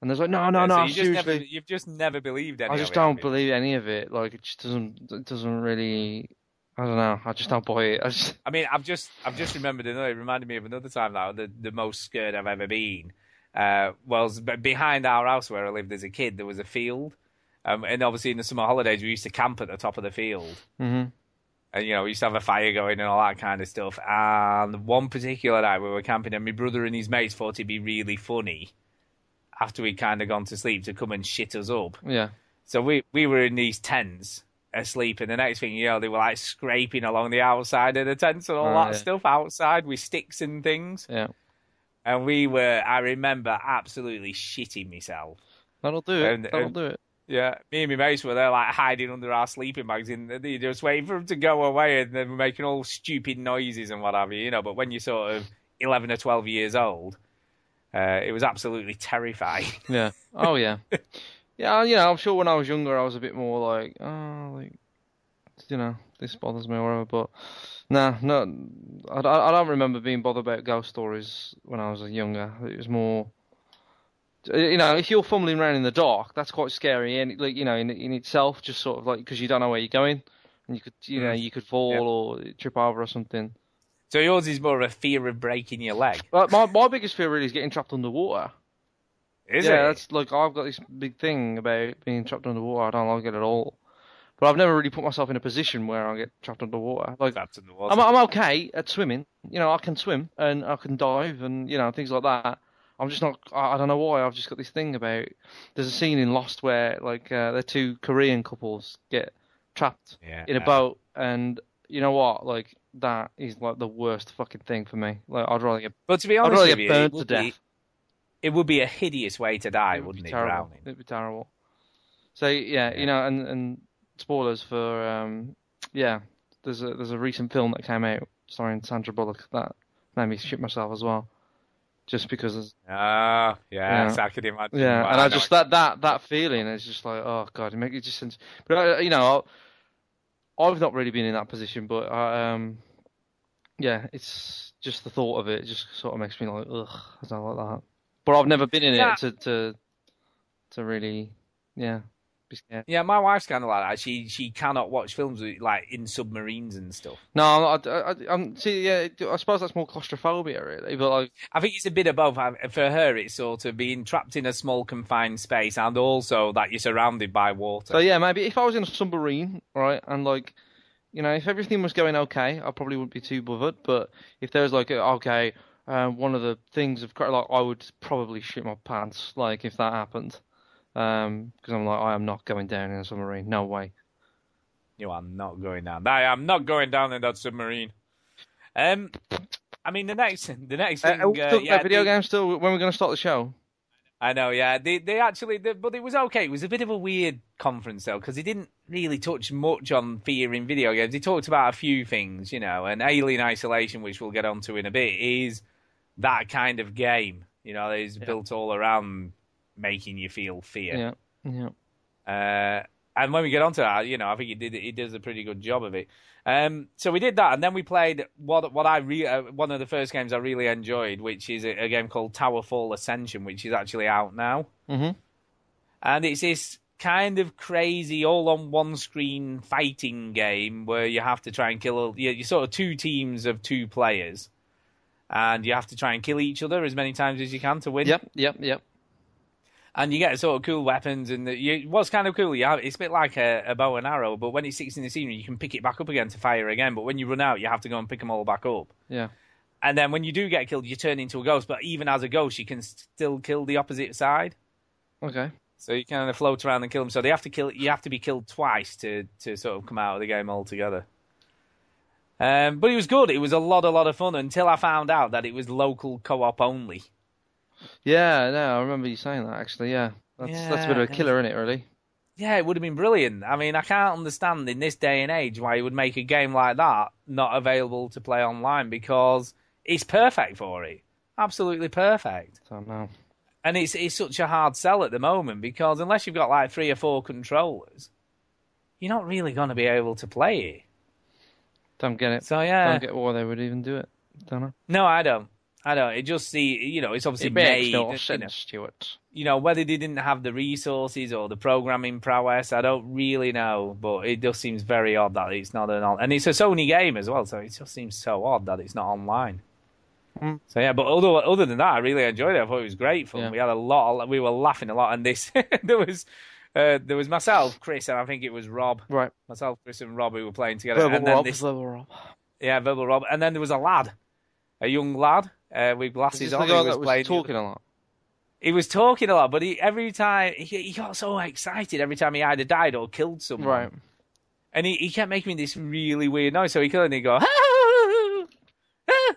And there's like, no, no,
Yeah,
no,
so you just
seriously.
never, you've just never believed any
I
of
just
it,
don't
have you?
believe any of it. Like it just doesn't it doesn't really. I don't know. I just don't buy it. I just
I mean, I've just I've just remembered another. It reminded me of another time now. The the most scared I've ever been. Uh, well, s- be- behind our house where I lived as a kid, there was a field, um, and obviously in the summer holidays we used to camp at the top of the field.
Mhm.
And Uh, you know, we used to have a fire going and all that kind of stuff. And one particular night we were camping, and my brother and his mates thought it'd be really funny after we'd kind of gone to sleep to come and shit us up.
yeah.
So we, we were in these tents asleep, and the next thing you know, they were like scraping along the outside of the tents and all
Oh,
that
yeah.
stuff outside with sticks and things.
Yeah.
And we were, I remember, absolutely shitting myself.
That'll do it.
And-
That'll
and-
do it.
Yeah, me and my mates were there, like hiding under our sleeping bags, and they just waiting for them to go away, and they were making all stupid noises and what have you, you know. But when you're sort of 11 or 12 years old, uh, it was absolutely terrifying.
Yeah. Oh yeah. yeah. You know, I'm sure when I was younger, I was a bit more like, oh, like, you know, this bothers me or whatever. But nah, no, I, I I don't remember being bothered about ghost stories when I was younger. It was more. You know, if you're fumbling around in the dark, that's quite scary, and like you know, in in itself, just sort of like because you don't know where you're going, and you could, you know, you could fall
Yeah.
or trip over or something.
so yours is more of a fear of breaking your leg,
But my my biggest fear really is getting trapped underwater.
is
yeah,
it?
that's like I've got this big thing about being trapped underwater. I don't like it at all. But I've never really put myself in a position where I get trapped underwater. Like
Trapped in the water.
I'm I'm okay at swimming. You know, I can swim and I can dive and you know things like that. I'm just not. I I don't know why. I've just got this thing about. There's a scene in Lost where like uh, the two Korean couples get trapped
Yeah.
in a boat, and you know what? Like that is like the worst fucking thing for me. Like I'd rather get
But to be
I'd
honest
rather
with
get
you,
burned
it would
to
be-
death.
it would be a hideous way to die,
would
wouldn't
be
it?
terrible.
Drowning.
It'd be terrible. So yeah,
Yeah.
you know, and and spoilers for um, yeah, there's a there's a recent film that came out starring Sandra Bullock that made me shit myself as well, just because it's-
Ah, yeah,
Yeah.
so I could imagine.
yeah,
what
and I
know.
just that that that feeling is just like oh god, it makes it just sense. But uh, you know, I'll- I've not really been in that position, but I, uh, um, yeah, it's just the thought of it just sort of makes me like, ugh, I don't like that. But I've never been in
Yeah.
it to to to really, yeah, be scared.
Yeah, my wife's kind of like that. She she cannot watch films with, like in submarines and stuff.
No, I, I, I, I'm see, yeah, I suppose that's more claustrophobia, really. But like,
I think it's a bit above for her. It's sort of being trapped in a small confined space, and also that you're surrounded by water.
so yeah, maybe if I was in a submarine, right, and like, you know, if everything was going okay, I probably wouldn't be too bothered. But if there was like, a, okay, um, one of the things of cra- like, I would probably shit my pants, like if that happened, because I'm like, I am not going down in a submarine, no way.
You are not going down. I am not going down in that submarine. Um, I mean the next the next
Uh,
thing.
are we
uh,
still-
yeah,
uh, video
the-
game still. When we're going to start the show?
I know, yeah. They they actually, they, but it was okay. It was a bit of a weird conference though, because they didn't really touch much on fear in video games. They talked about a few things, you know, and Alien Isolation, which we'll get onto in a bit, is that kind of game. You know, that is built all around making you feel fear.
Yeah, yeah.
Uh, and when we get onto that, you know, I think he did he does a pretty good job of it. Um, so we did that, and then we played what what I re- uh, one of the first games I really enjoyed, which is a, a game called Towerfall Ascension, which is actually out now
Mhm.
and it's this kind of crazy all on one screen fighting game where you have to try and kill all- you- you're sort of two teams of two players and you have to try and kill each other as many times as you can to win
Yep, yep, yep.
and you get sort of cool weapons and the, you, what's kind of cool you have, it's a bit like a, a bow and arrow but when it sticks in the scenery you can pick it back up again to fire again but when you run out you have to go and pick them all back up
Yeah.
and then when you do get killed you turn into a ghost but even as a ghost you can still kill the opposite side
Okay.
So you kind of float around and kill them. So they have to kill. You have to be killed twice to to sort of come out of the game altogether. Um, but it was good. It was a lot, a lot of fun until I found out that it was local co-op only.
Yeah. No, I remember you saying that actually. Yeah. That's that's a bit of a
Yeah.
killer, is it? Really.
Yeah, it would have been brilliant. I mean, I can't understand in this day and age why you would make a game like that not available to play online because it's perfect for it. Absolutely perfect.
So no.
and it's it's such a hard sell at the moment because unless you've got like three or four controllers, you're not really going to be able to play it.
Don't get it.
So yeah,
Don't get why they would even do it. Don't know.
no, I don't. I don't. It just see, you know, it's obviously
It
made.
makes no
you, know,
sense, Stuart.
you know, whether they didn't have the resources or the programming prowess, I don't really know. But it just seems very odd that it's not an on, and it's a Sony game as well, so it just seems so odd that it's not online.
Mm.
So yeah, but other other than that, I really enjoyed it. I thought it was great fun.
Yeah.
We had a lot. Of, we were laughing a lot, and this there was uh, there was myself, Chris, and I think it was Rob.
Right.
Myself, Chris, and Rob, who were playing together.
Verbal
and then
Rob.
this,
Verbal Rob.
yeah, verbal Rob. And then there was a lad, a young lad uh, with
Is
glasses
this the
on.
guy
who
that was
playing the-
talking a lot?
He was talking a lot, but he, every time he, he got so excited every time he either died or killed someone.
Right.
And he, he kept making this really weird noise. So he killed and he go. "Ah!"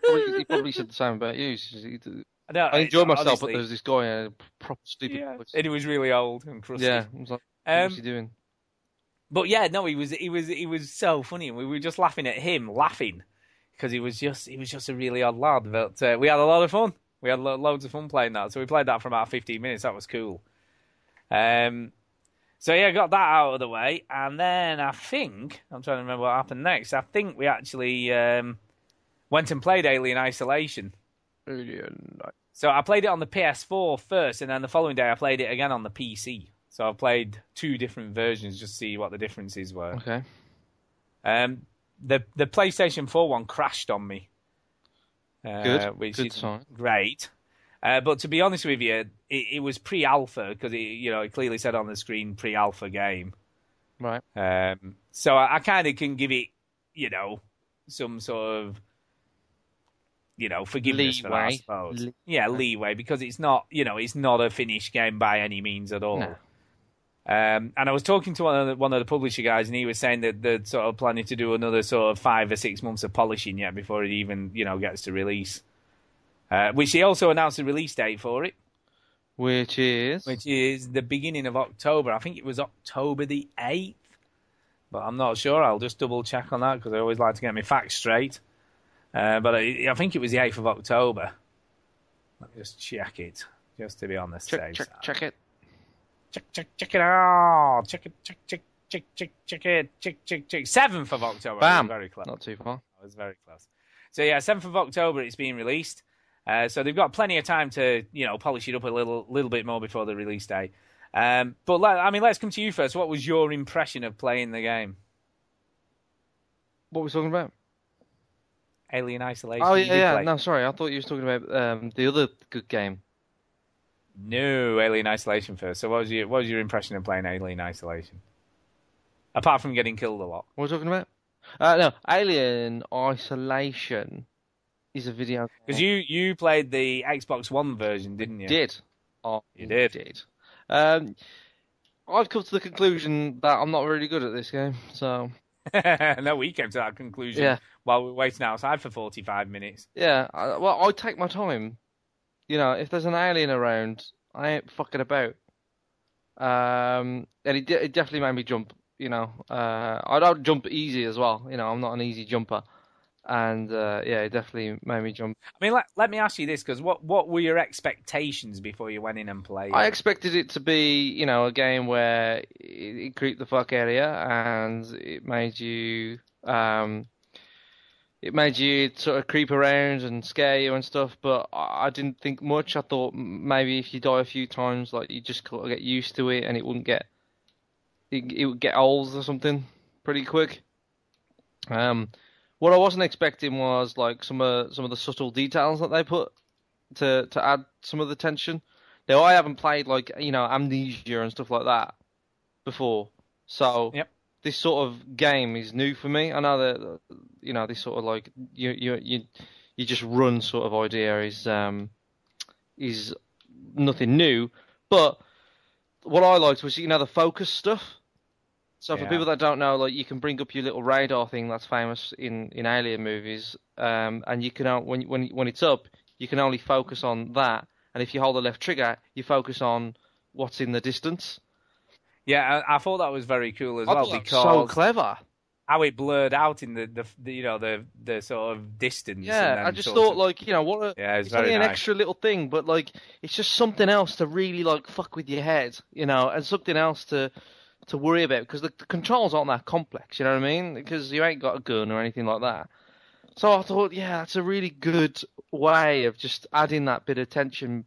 Probably, he probably said the same about you. He said, he-
No,
I enjoyed
it's-
myself, but
honestly,
there was this guy in a proper stupid
yeah.
voice.
and he was really old and crusty.
Yeah. I was like,
Um,
what's he doing?
But yeah, no, he was he was he was so funny, and we were just laughing at him laughing because he was just he was just a really odd lad. But uh, we had a lot of fun. We had lo- loads of fun playing that. So we played that for about fifteen minutes. That was cool. Um, so yeah, got that out of the way, and then I think I'm trying to remember what happened next. I think we actually um, went and played Alien Isolation.
Alien.
So I played it on the PS4 first, and then the following day I played it again on the PC. So I played two different versions just to see what the differences were.
Okay.
Um, the the PlayStation 4 one crashed on me. Uh,
Good.
which
Good
is
sign.
great. Uh, but to be honest with you, it, it was pre-alpha because it you know it clearly said on the screen pre-alpha game.
Right.
Um, so I, I kind of can give it, you know, some sort of, you know, forgiveness for that, I
Leeway.
suppose.
Le-
yeah, leeway because it's not, you know, it's not a finished game by any means at all.
No.
Um, and I was talking to one of the, one of the publisher guys, and he was saying that they're sort of planning to do another sort of five or six months of polishing yet before it even, you know, gets to release. Uh, which he also announced a release date for it,
Which is.
which is the beginning of October. I think it was October the 8th, but I'm not sure. I'll just double check on that because I always like to get my facts straight. Uh, but I, I think it was the 8th of October. Let me just check it, just to be on the
check,
safe
check,
side.
check it.
Check, check, check it out. Check it, check, check, check, check, check it. Check, check, check. 7th of October.
Bam.
Very clever.
Not too far.
I was very close. So yeah, seventh of October, it's being released. Uh, so they've got plenty of time to you know polish it up a little little bit more before the release day. Um, but let, I mean, let's come to you first. What was your impression of playing the game?
What were we talking about?
Alien Isolation.
Oh
you
yeah,
did
yeah.
play.
No, sorry, I thought you was talking about um, the other good game.
No, Alien Isolation first. So what was your what was your impression of playing Alien Isolation? Apart from getting killed a lot.
What were we talking about? Uh, no, Alien Isolation is a video game.
Because you you played the Xbox One version, didn't you?
did. I
You did.
Um, I've come to the conclusion that I'm not really good at this game, so
no, we came to that conclusion
Yeah.
while we were waiting outside for forty five minutes.
yeah. I, well, I take my time. You know, if there's an alien around, I ain't fucking about. Um, and it, de- it definitely made me jump. You know, uh, I don't jump easy as well. You know, I'm not an easy jumper, and uh, yeah, it definitely made me jump.
I mean, let, let me ask you this, because what what were your expectations before you went in and played?
I expected it to be, you know, a game where it, it creeped the fuck out of you and it made you, um, it made you sort of creep around and scare you and stuff. But I I didn't think much. I thought m- maybe if you die a few times, like you just sort of get used to it and it wouldn't get, it, it would get old or something pretty quick. Um, what I wasn't expecting was like some of some of the subtle details that they put to to add some of the tension. Now I haven't played like you know Amnesia and stuff like that before, so
Yep.
this sort of game is new for me. I know that you know this sort of like you you you you just run sort of idea is um is nothing new, but what I liked was you know the focus stuff. So for
Yeah.
people that don't know, like you can bring up your little radar thing that's famous in, in Alien movies, um, and you can o- when when when it's up, you can only focus on that, and if you hold the left trigger, you focus on what's in the distance.
yeah, I, I thought that was very cool as
I
well
thought that was
because
so clever.
how it blurred out in the, the, the you know the the sort of distance. and
Yeah,
then
I just
sort
thought
of-
like you know what a,
yeah, it's,
it's
very
only an
nice.
extra little thing, but like it's just something else to really like fuck with your head, you know, and something else to to worry about because the, the controls aren't that complex, you know what I mean? Because you ain't got a gun or anything like that. So I thought, yeah, that's a really good way of just adding that bit of tension.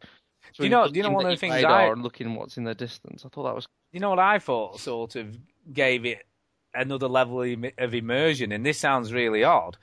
Do you know-
between
do you know
looking
one of
at
the things
your radar
I-
and looking what's in the distance? I thought that was
you know what I thought sort of gave it another level im- of immersion, and this sounds really odd.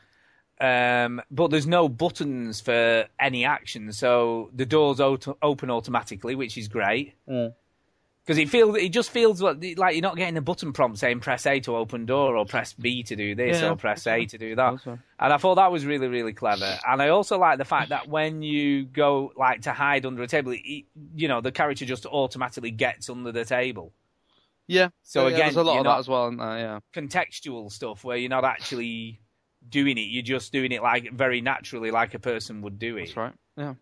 Um, but there's no buttons for any action, so the doors auto- open automatically, which is great. Because it feels, it just feels like, like you're not getting a button prompt saying press A to open door or press B to do this
Yeah, Mm-hmm.
or press A to do that.
that's right.
And I thought that was really, really clever. And I also like the fact that when you go like to hide under a table, it, you know the character just automatically gets under the table.
yeah.
So
yeah,
again,
there's a lot
you're
of
not-
that as well, isn't there? yeah.
contextual stuff where you're not actually doing it. You're just doing it like very naturally, like a person would do it.
That's right. Yeah.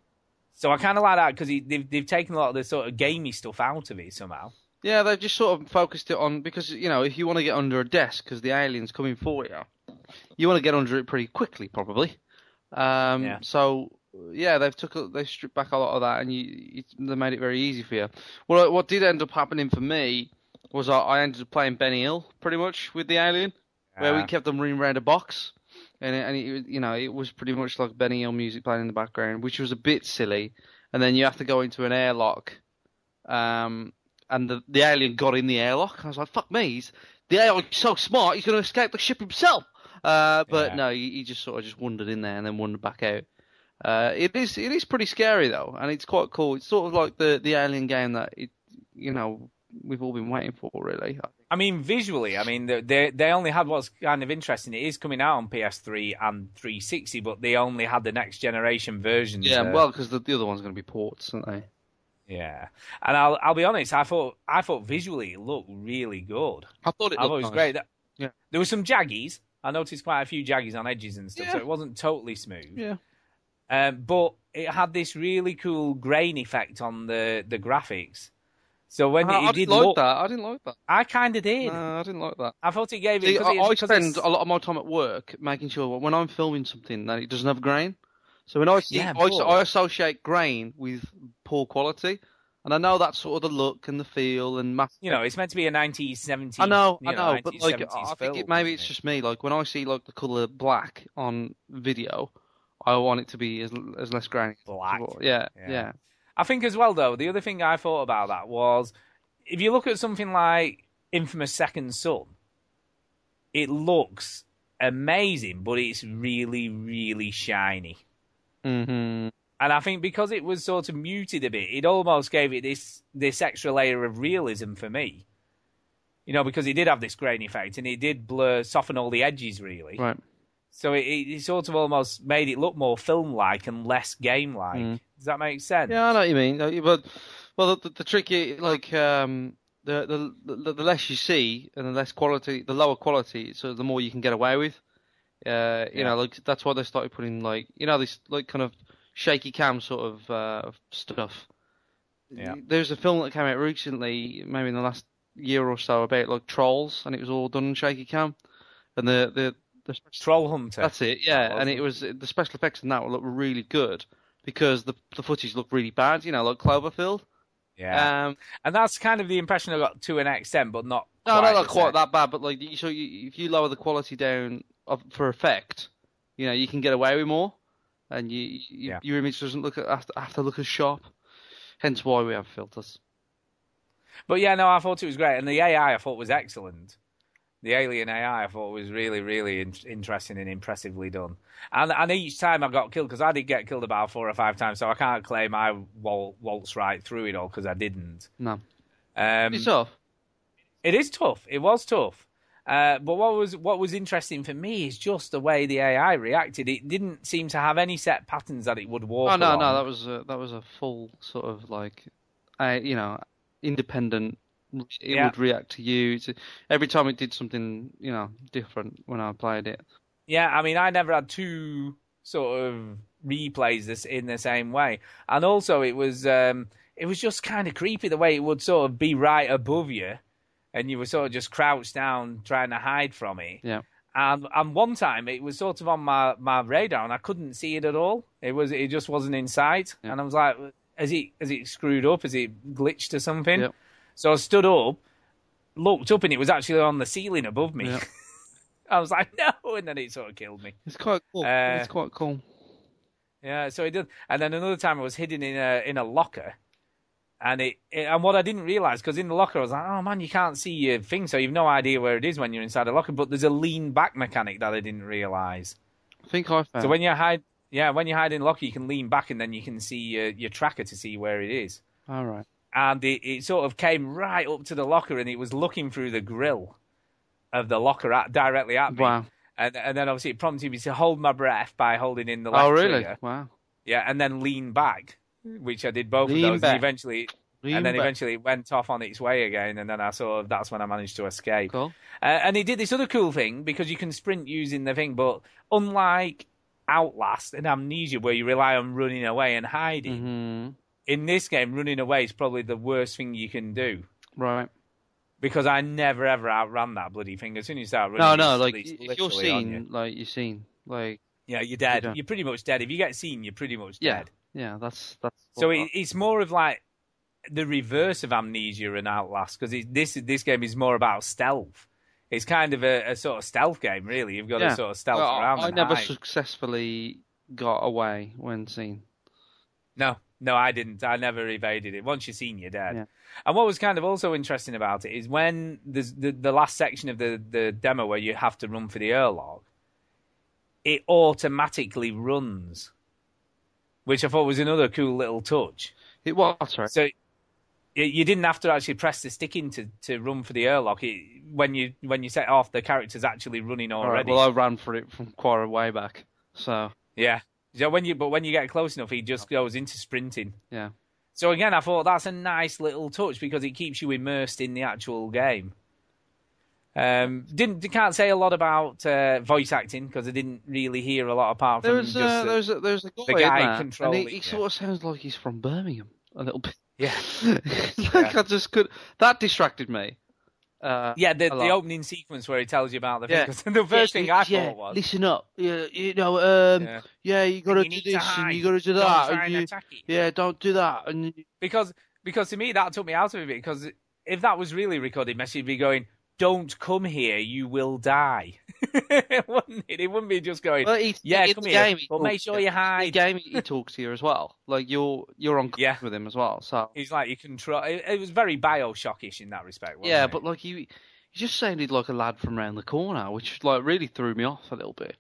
So I kind of like that because they've they've taken a lot of the sort of gamey stuff out of it somehow.
Yeah, they've just sort of focused it on because you know if you want to get under a desk because the alien's coming for you, you want to get under it pretty quickly probably. Um,
Yeah.
So yeah, they've took a, they've stripped back a lot of that and you, you they made it very easy for you. Well, what did end up happening for me was I, I ended up playing Benny Hill pretty much with the alien, where we
Ah.
kept them running around a box, and it, and it, was- you know it was pretty much like Benny Hill music playing in the background, which was a bit silly. And then you have to go into an airlock. Um, and the, the alien got in the airlock. I was like, fuck me, he's, the alien's so smart, he's going to escape the ship himself. Uh, but
Yeah.
no, he, he just sort of just wandered in there and then wandered back out. Uh, it is it is pretty scary though, and it's quite cool. It's sort of like the, the alien game that it you know we've all been waiting for, really.
I mean, visually, I mean they- they they only had what's kind of interesting. It is coming out on PS3 and 360, but they only had the next generation version.
Yeah, well, because the, the other one's going to be ports, aren't they?
yeah. And I'll I'll be honest, I thought I thought visually it looked really good.
I thought it
I thought it was great. That-
Yeah.
There were some jaggies. I noticed quite a few jaggies on edges and stuff, so
Yeah.
it wasn't totally smooth.
Yeah.
Um, but it had this really cool grain effect on the, the graphics. So when it,
I,
it
Uh, I didn't
did
like
look,
that. I didn't like that.
I kind of did.
No, I didn't like that.
I thought it gave it.
See,
'cause
I,
it-
I
'cause
spend
it's-
a lot of my time at work making sure when I'm filming something that it doesn't have grain. So when I see,
Yeah,
I,
but-
I associate grain with poor quality, And I know that's sort of the look and the feel and mass.
You know, it's meant to be a 1970s.
I know,
you
I know, but like,
1970s
I think it,
film,
maybe
isn't
it's just me. Like when I see like the color black on video, I want it to be as as less grainy. as
Black.
possible. Yeah,
Yeah.
yeah,
I think as well though, the other thing I thought about that was if you look at something like Infamous Second Son, it looks amazing, but it's really, really shiny.
hmm
And I think because it was sort of muted a bit, it almost gave it this this extra layer of realism for me. You know, because it did have this grain effect and it did blur, soften all the edges really.
Right.
So it, it, it sort of almost made it look more film like and less game like.
Mm.
Does that make sense?
Yeah, I know what you mean. Like, But well, the, the trick is like um, the, the the the less you see and the less quality, the lower quality, so the more you can get away with. Uh, you
Yeah.
know, like that's why they started putting like you know this like kind of shaky cam sort of uh, stuff.
Yeah.
There's a film that came out recently, maybe in the last year or so, about like trolls, and it was all done in shaky cam, and the the, the
Troll Hunter.
that's it, yeah.
That
and it was the special effects in that were- looked really good because the the footage looked really bad, you know, like Cloverfield.
Yeah.
Um,
and that's kind of the impression I got to an extent, but not.
no,
quite
not, not
the
quite
same.
that bad, but like you, so you, if you lower the quality down of, for effect, you know, you can get away with more, and you, you
Yeah.
your image doesn't look after, after look as sharp. Hence why we have filters.
But yeah, no, I thought it was great, and the AI I thought was excellent. The alien AI I thought was really, really in- interesting and impressively done. And and each time I got killed because I did get killed about four or five times, so I can't claim I wal- waltz right through it all because I didn't.
No,
Um,
it's off.
it is tough. It was tough. Uh, but what was what was interesting for me is just the way the AI reacted. It didn't seem to have any set patterns that it would walk.
Oh no,
along.
no, that was a, that was a full sort of like, I you know, independent. It
Yeah.
would react to you. It's, every time it did something, you know, different when I played it.
Yeah, I mean, I never had two sort of replays this in the same way, and also it was um, it was just kind of creepy the way it would sort of be right above you, and you were sort of just crouched down trying to hide from it.
Yeah.
And and one time it was sort of on my, my radar and I couldn't see it at all. It was it just wasn't in sight,
Yeah.
and I was like, "Has it has it screwed up? Has it glitched or something?"
Yeah.
So I stood up, looked up, and it was actually on the ceiling above me.
Yeah.
I was like, "No!" And then it sort of killed me.
It's quite cool.
Uh,
it's quite cool.
Yeah, so it did. And then another time I was hidden in a in a locker, and it, it and what I didn't realize because in the locker I was like, oh man, you can't see your thing, so you've no idea where it is when you're inside a locker. But there's a lean back mechanic that I didn't realize.
I think I found.
So when you hide, yeah, when you hide in locker, you can lean back and then you can see your, your tracker to see where it is.
All right.
And it, it sort of came right up to the locker, and it was looking through the grill of the locker at, directly at me.
Wow.
And, and then obviously it prompted me to hold my breath by holding in the left
Oh really?
trigger.
Wow.
Yeah, and then lean back, which I did both
Lean
of those.
back.
And eventually, and then eventually it went off on its way again, and then I sort of that's when I managed to escape.
Cool.
Uh, and he did this other cool thing because you can sprint using the thing, but unlike Outlast and Amnesia, where you rely on running away and hiding,
hmm
in this game running away is probably the worst thing you can do.
Right.
Because I never ever outran that bloody thing. As soon as you start running,
No, no.
it's-
Like
it's
if you're
literally on
seen,
you.
like you're seen, like
yeah, you're dead.
done.
You're pretty much dead. If you get seen, you're pretty much
yeah,
dead.
yeah. That's that's.
So
what I-
it, it's more of like the reverse of Amnesia and Outlast because this this game is more about stealth. It's kind of a, a sort of stealth game, really. You've got
Yeah.
to sort of stealth
Well,
around.
I
and
never
hide.
successfully got away when seen.
No, no, I didn't. I never evaded it. Once you're seen, you're dead.
Yeah.
And what was kind of also interesting about it is when there's the, the last section of the, the demo where you have to run for the airlock, it automatically runs, which I thought was another cool little touch.
It was right.
So y- you didn't have to actually press the stick in to, to run for the airlock. It, when you when you set off, the character's actually running
All right.
already.
Well, I ran for it from quite a way back. So
yeah. So when you but when you get close enough, he just goes into sprinting.
yeah,
So again, I thought that's a nice little touch because it keeps you immersed in the actual game. Um, didn't can't say a lot about uh, voice acting because I didn't really hear a lot apart from
there's
just
uh,
the-
there's a, there's a guy,
the
in
guy
there,
controlling-
and he, he
yeah.
sort of sounds like he's from Birmingham a little bit.
yeah.
like I just could that distracted me. Uh,
Yeah, the,
a lot.
the opening sequence where he tells you about the
Yeah.
thing. 'Cause the first
Yeah,
thing I
yeah,
thought was,
listen up. Yeah, you know, um,
Yeah.
yeah. you gotta
need to
do this and
hide.
you gotta do
Don't
that.
try
and
and
you-
attack it.
yeah, don't do that. And you-
because because to me that took me out of it because if that was really recorded, Messi would be going, "Don't come here, you will die." wouldn't it? It wouldn't be just going,
Well, he,
"Yeah,
in
come
the
here,
game he
but
talks
make sure
to
you
In the
hide."
game, he talks to you as well. Like you're you're on
Yeah.
yeah. with him as well. So
He's like, "You control." It, it was very Bioshockish in that respect. Wasn't
yeah,
it?
but like you, you just sounded like a lad from round the corner, which like really threw me off a little bit.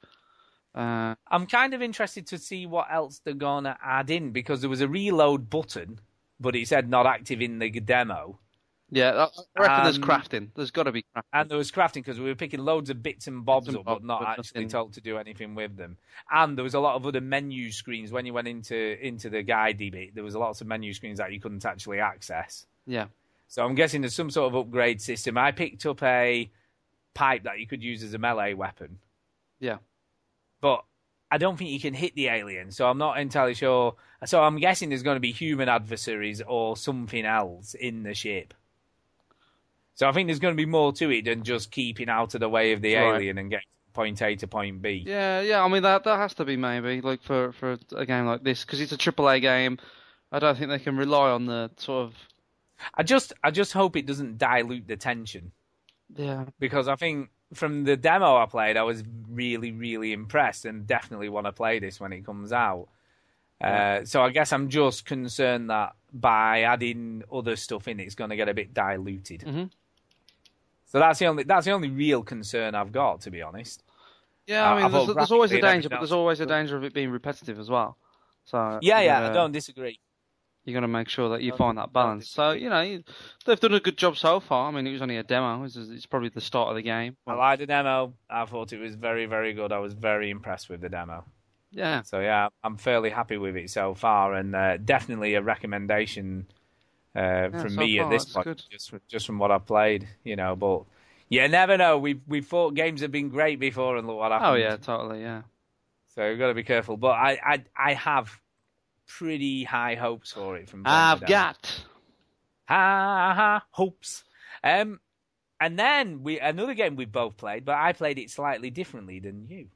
Uh,
I'm kind of interested to see what else they're gonna add in because there was a reload button, but it said not active in the demo.
yeah, that, I reckon there's
Um,
crafting. There's got to be crafting.
And there was crafting because we were picking loads of bits and bobs
and
up, but
bobs,
not
but
actually
nothing-
told to do anything with them. And there was a lot of other menu screens when you went into into the guide DB. There was lots of menu screens that you couldn't actually access.
yeah,
So I'm guessing there's some sort of upgrade system. I picked up a pipe that you could use as a melee weapon,
yeah.
but I don't think you can hit the alien, so I'm not entirely sure. So I'm guessing there's going to be human adversaries or something else in the ship. So I think there's going to be more to it than just keeping out of the way of the
Right.
alien and getting from point A to point B.
Yeah, yeah. I mean, that that has to be maybe like for for a game like this because it's a AAA game. I don't think they can rely on the sort of
I just I just hope it doesn't dilute the tension
yeah.
because I think from the demo I played, I was really really impressed and definitely want to play this when it comes out. Uh, so I guess I'm just concerned that by adding other stuff in, it's going to get a bit diluted.
Mhm.
So that's the only that's the only real concern I've got, to be honest.
Yeah,
Uh,
I mean,
I've all
there's, there's always a
graphically,
danger, but
everything
there's
else.
always a danger of it being repetitive as well. So
Yeah,
you
yeah, I
gotta-
don't disagree.
You got to make sure that you find that balance. So you know you- they've done a good job so far. I mean, it was only a demo. It's, it's probably the start of the game.
I liked the demo. I thought it was very very good. I was very impressed with the demo.
yeah,
So yeah, I'm fairly happy with it so far, and uh, definitely a recommendation uh, from
so
me
far
at this
that's
point,
good.
just from, just from what I've played, you know. But you never know. We've we thought games have been great before, and look what happened.
oh yeah, totally, yeah.
So you've got to be careful. But I I, I have pretty high hopes for it from.
I've
Bandai.
got
ha ha hopes. Um, and then we another game we both played, but I played it slightly differently than you.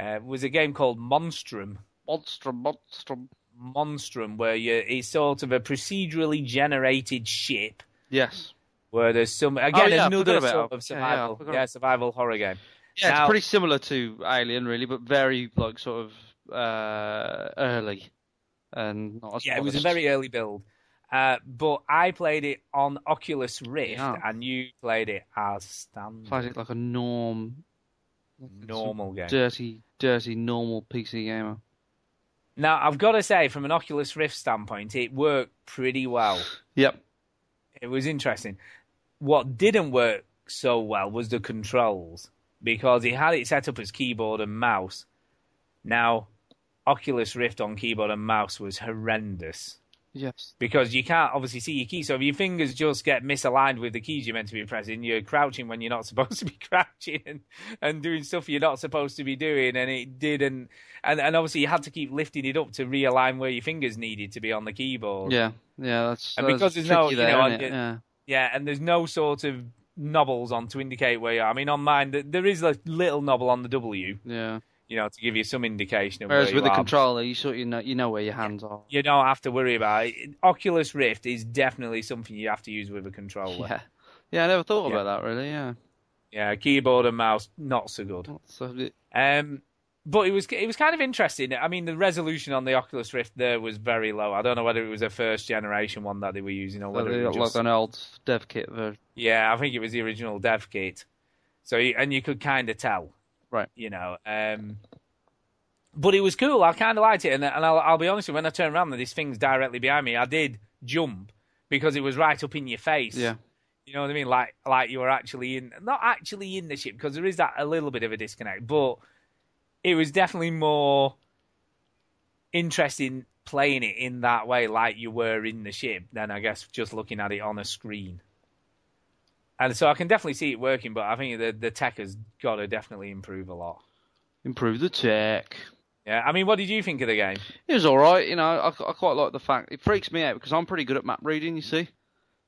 Uh, was a game called Monstrum.
monster, monster.
Monstrum, where you it's sort of a procedurally generated ship
Yes,
where there's some again
Oh, yeah, I forgot
another
about
sort
that.
of
Yeah, yeah, I
survival, yeah,
forgot.
survival horror game.
yeah.
Now-
it's pretty similar to Alien, really, but very like sort of uh, early and not as
Yeah, it was a
polished.
very early build, uh, but I played it on Oculus Rift,
Yeah.
and you played it as standard
played it like a norm,
normal game.
dirty, dirty, normal PC gamer.
Now I've got to say, from an Oculus Rift standpoint, it worked pretty well.
Yep.
it was interesting. What didn't work so well was the controls because he had it set up as keyboard and mouse. Now, Oculus Rift on keyboard and mouse was horrendous
Yes.
because you can't obviously see your keys. So if your fingers just get misaligned with the keys you're meant to be pressing, you're crouching when you're not supposed to be crouching and, and doing stuff you're not supposed to be doing. And it didn't. And, and obviously, you had to keep lifting it up to realign where your fingers needed to be on the keyboard.
Yeah. Yeah. That's
And
that's
because there's no, you
tricky there,
know,
isn't it?
and-
yeah.
Yeah, and there's no sort of knobbles on to indicate where you are. I mean, on mine, th- there is a little knobble on the W,
Yeah.
you know, to give you some indication of
Whereas
where
with
you
the
are.
controller, you sort of know you know where your hands are.
You don't have to worry about it. Oculus Rift is definitely something you have to use with a controller.
Yeah. Yeah, I never thought
Oh, Yeah.
about that really. Yeah.
Yeah, keyboard and mouse, not so good.
So it-
Um, but it was it was kind of interesting. I mean, the resolution on the Oculus Rift there was very low. I don't know whether it was a first generation one that they were using or
so
whether
they
it was
got
just
uh, like an old dev kit version.
Yeah, I think it was the original dev kit. So you, and you could kind of tell,
Right.
You know, um, but it was cool. I kind of liked it, and and I'll, I'll be honest with you. When I turned around, and this thing's directly behind me. I did jump because it was right up in your face.
Yeah.
You know what I mean? Like like you were actually in, not actually in the ship because there is that a little bit of a disconnect, but it was definitely more interesting playing it in that way, like you were in the ship, than I guess just looking at it on a screen. And so I can definitely see it working, but I think the the tech has got to definitely improve a lot.
Improve the tech.
Yeah, I mean, what did you think of the game?
It was all right, you know. I, I quite like the fact it freaks me out because I'm pretty good at map reading. You see,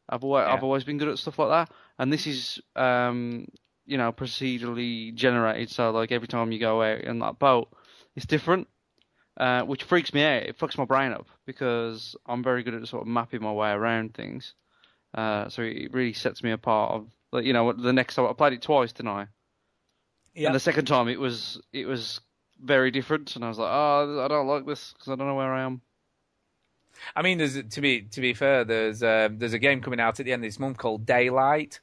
I've always,
Yeah.
I've always been good at stuff like that, and this is, um, you know, procedurally generated. So like every time you go out in that boat, it's different, uh, which freaks me out. It fucks my brain up because I'm very good at sort of mapping my way around things. Uh, so it really sets me apart. Of like, you know, the next time I played it twice, didn't I?
Yeah.
And the second time it was it was very different, and I was like, oh, I don't like this because I don't know where I am.
I mean, there's to be to be fair, there's uh, there's a game coming out at the end of this month called Daylight.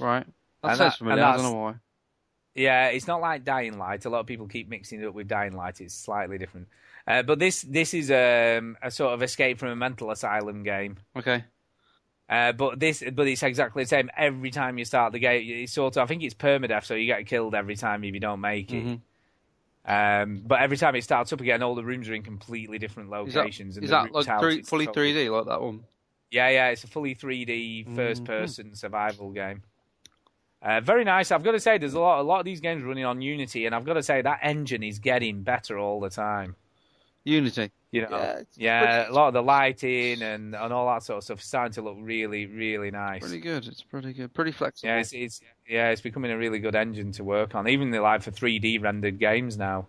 Right. That
And
sounds
that-
familiar.
and
I don't
that's-
know why.
Yeah, it's not like Dying Light. A lot of people keep mixing it up with Dying Light. It's slightly different. Uh, but this this is um, a sort of escape from a mental asylum game.
Okay.
Uh, but this, but it's exactly the same every time you start the game. It's sort of, I think it's permadeath, so you get killed every time if you don't make it.
Mhm.
Um, but every time it starts up again, all the rooms are in completely different
Is that,
locations. and
is
the
that
roof's
like
house
three,
is
fully
totally-
3D like that one?
Yeah, yeah, it's a fully 3D first person survival game. Uh, very nice. I've got to say, there's a lot, a lot of these games running on Unity, and I've got to say that engine is getting better all the time.
Unity.
You know,
Yeah,
yeah,
it's pretty-
a lot of the lighting and, and all that sort of stuff is starting to look really, really nice.
Pretty good. It's pretty good. Pretty flexible.
Yeah, it's, it's yeah, it's becoming a really good engine to work on. Even the like for 3D rendered games now.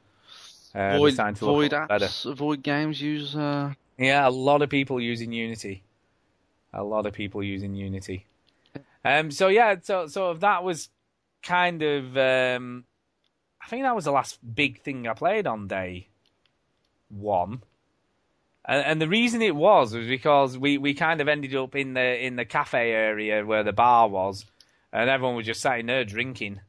Uh, they're
Void,
starting to look
void
a lot better.
apps, void games use. Uh,
Yeah, a lot of people using Unity. A lot of people using Unity. Um, so yeah, so so that was kind of um, I think that was the last big thing I played on day one. And, and the reason it was was because we, we kind of ended up in the in the cafe area where the bar was, and everyone was just sitting there drinking,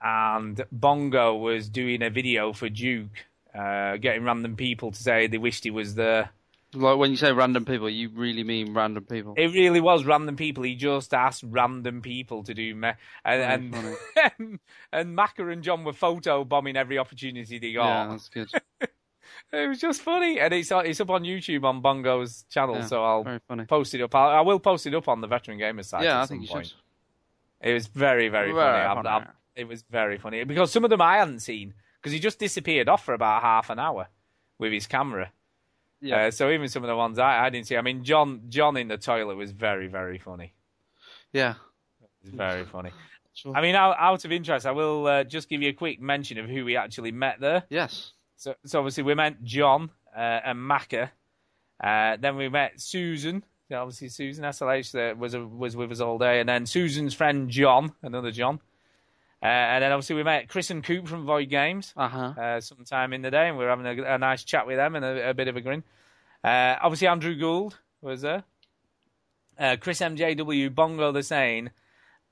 and Bongo was doing a video for Duke, uh, getting random people to say they wished he was there.
like when you say random people, you really mean random people.
It really was random people. He just asked random people to do me, and
Very
and, and Macker and John were photo bombing every opportunity they
yeah,
got.
that's good.
It was just funny, and it's it's up on YouTube on Bongo's channel,
Yeah,
so I'll
Very funny.
post it up. I'll, I will post it up on the Veteran Gamer site. at
Yeah, I
some
think you
point.
should.
It was very very
Very
funny. I've-
funny.
I've- it was very funny because some of them I hadn't seen because he just disappeared off for about half an hour with his camera.
Yeah.
Uh, so even some of the ones I, I didn't see. I mean, John John in the toilet was very very funny.
yeah.
It's very funny.
Sure.
I mean, out, out of interest, I will uh, just give you a quick mention of who we actually met there.
Yes.
So, so obviously, we met John uh, and Macca. Uh, then we met Susan. Yeah, Obviously, Susan SLH that was was with us all day, and then Susan's friend John, another John. Uh, and then obviously we met Chris and Coop from Void Games
Uh huh.
uh, sometime in the day, and we were having a, a nice chat with them and a, a bit of a grin. Uh, obviously, Andrew Gould was there. Uh, Chris MJW, Bongo the Sane,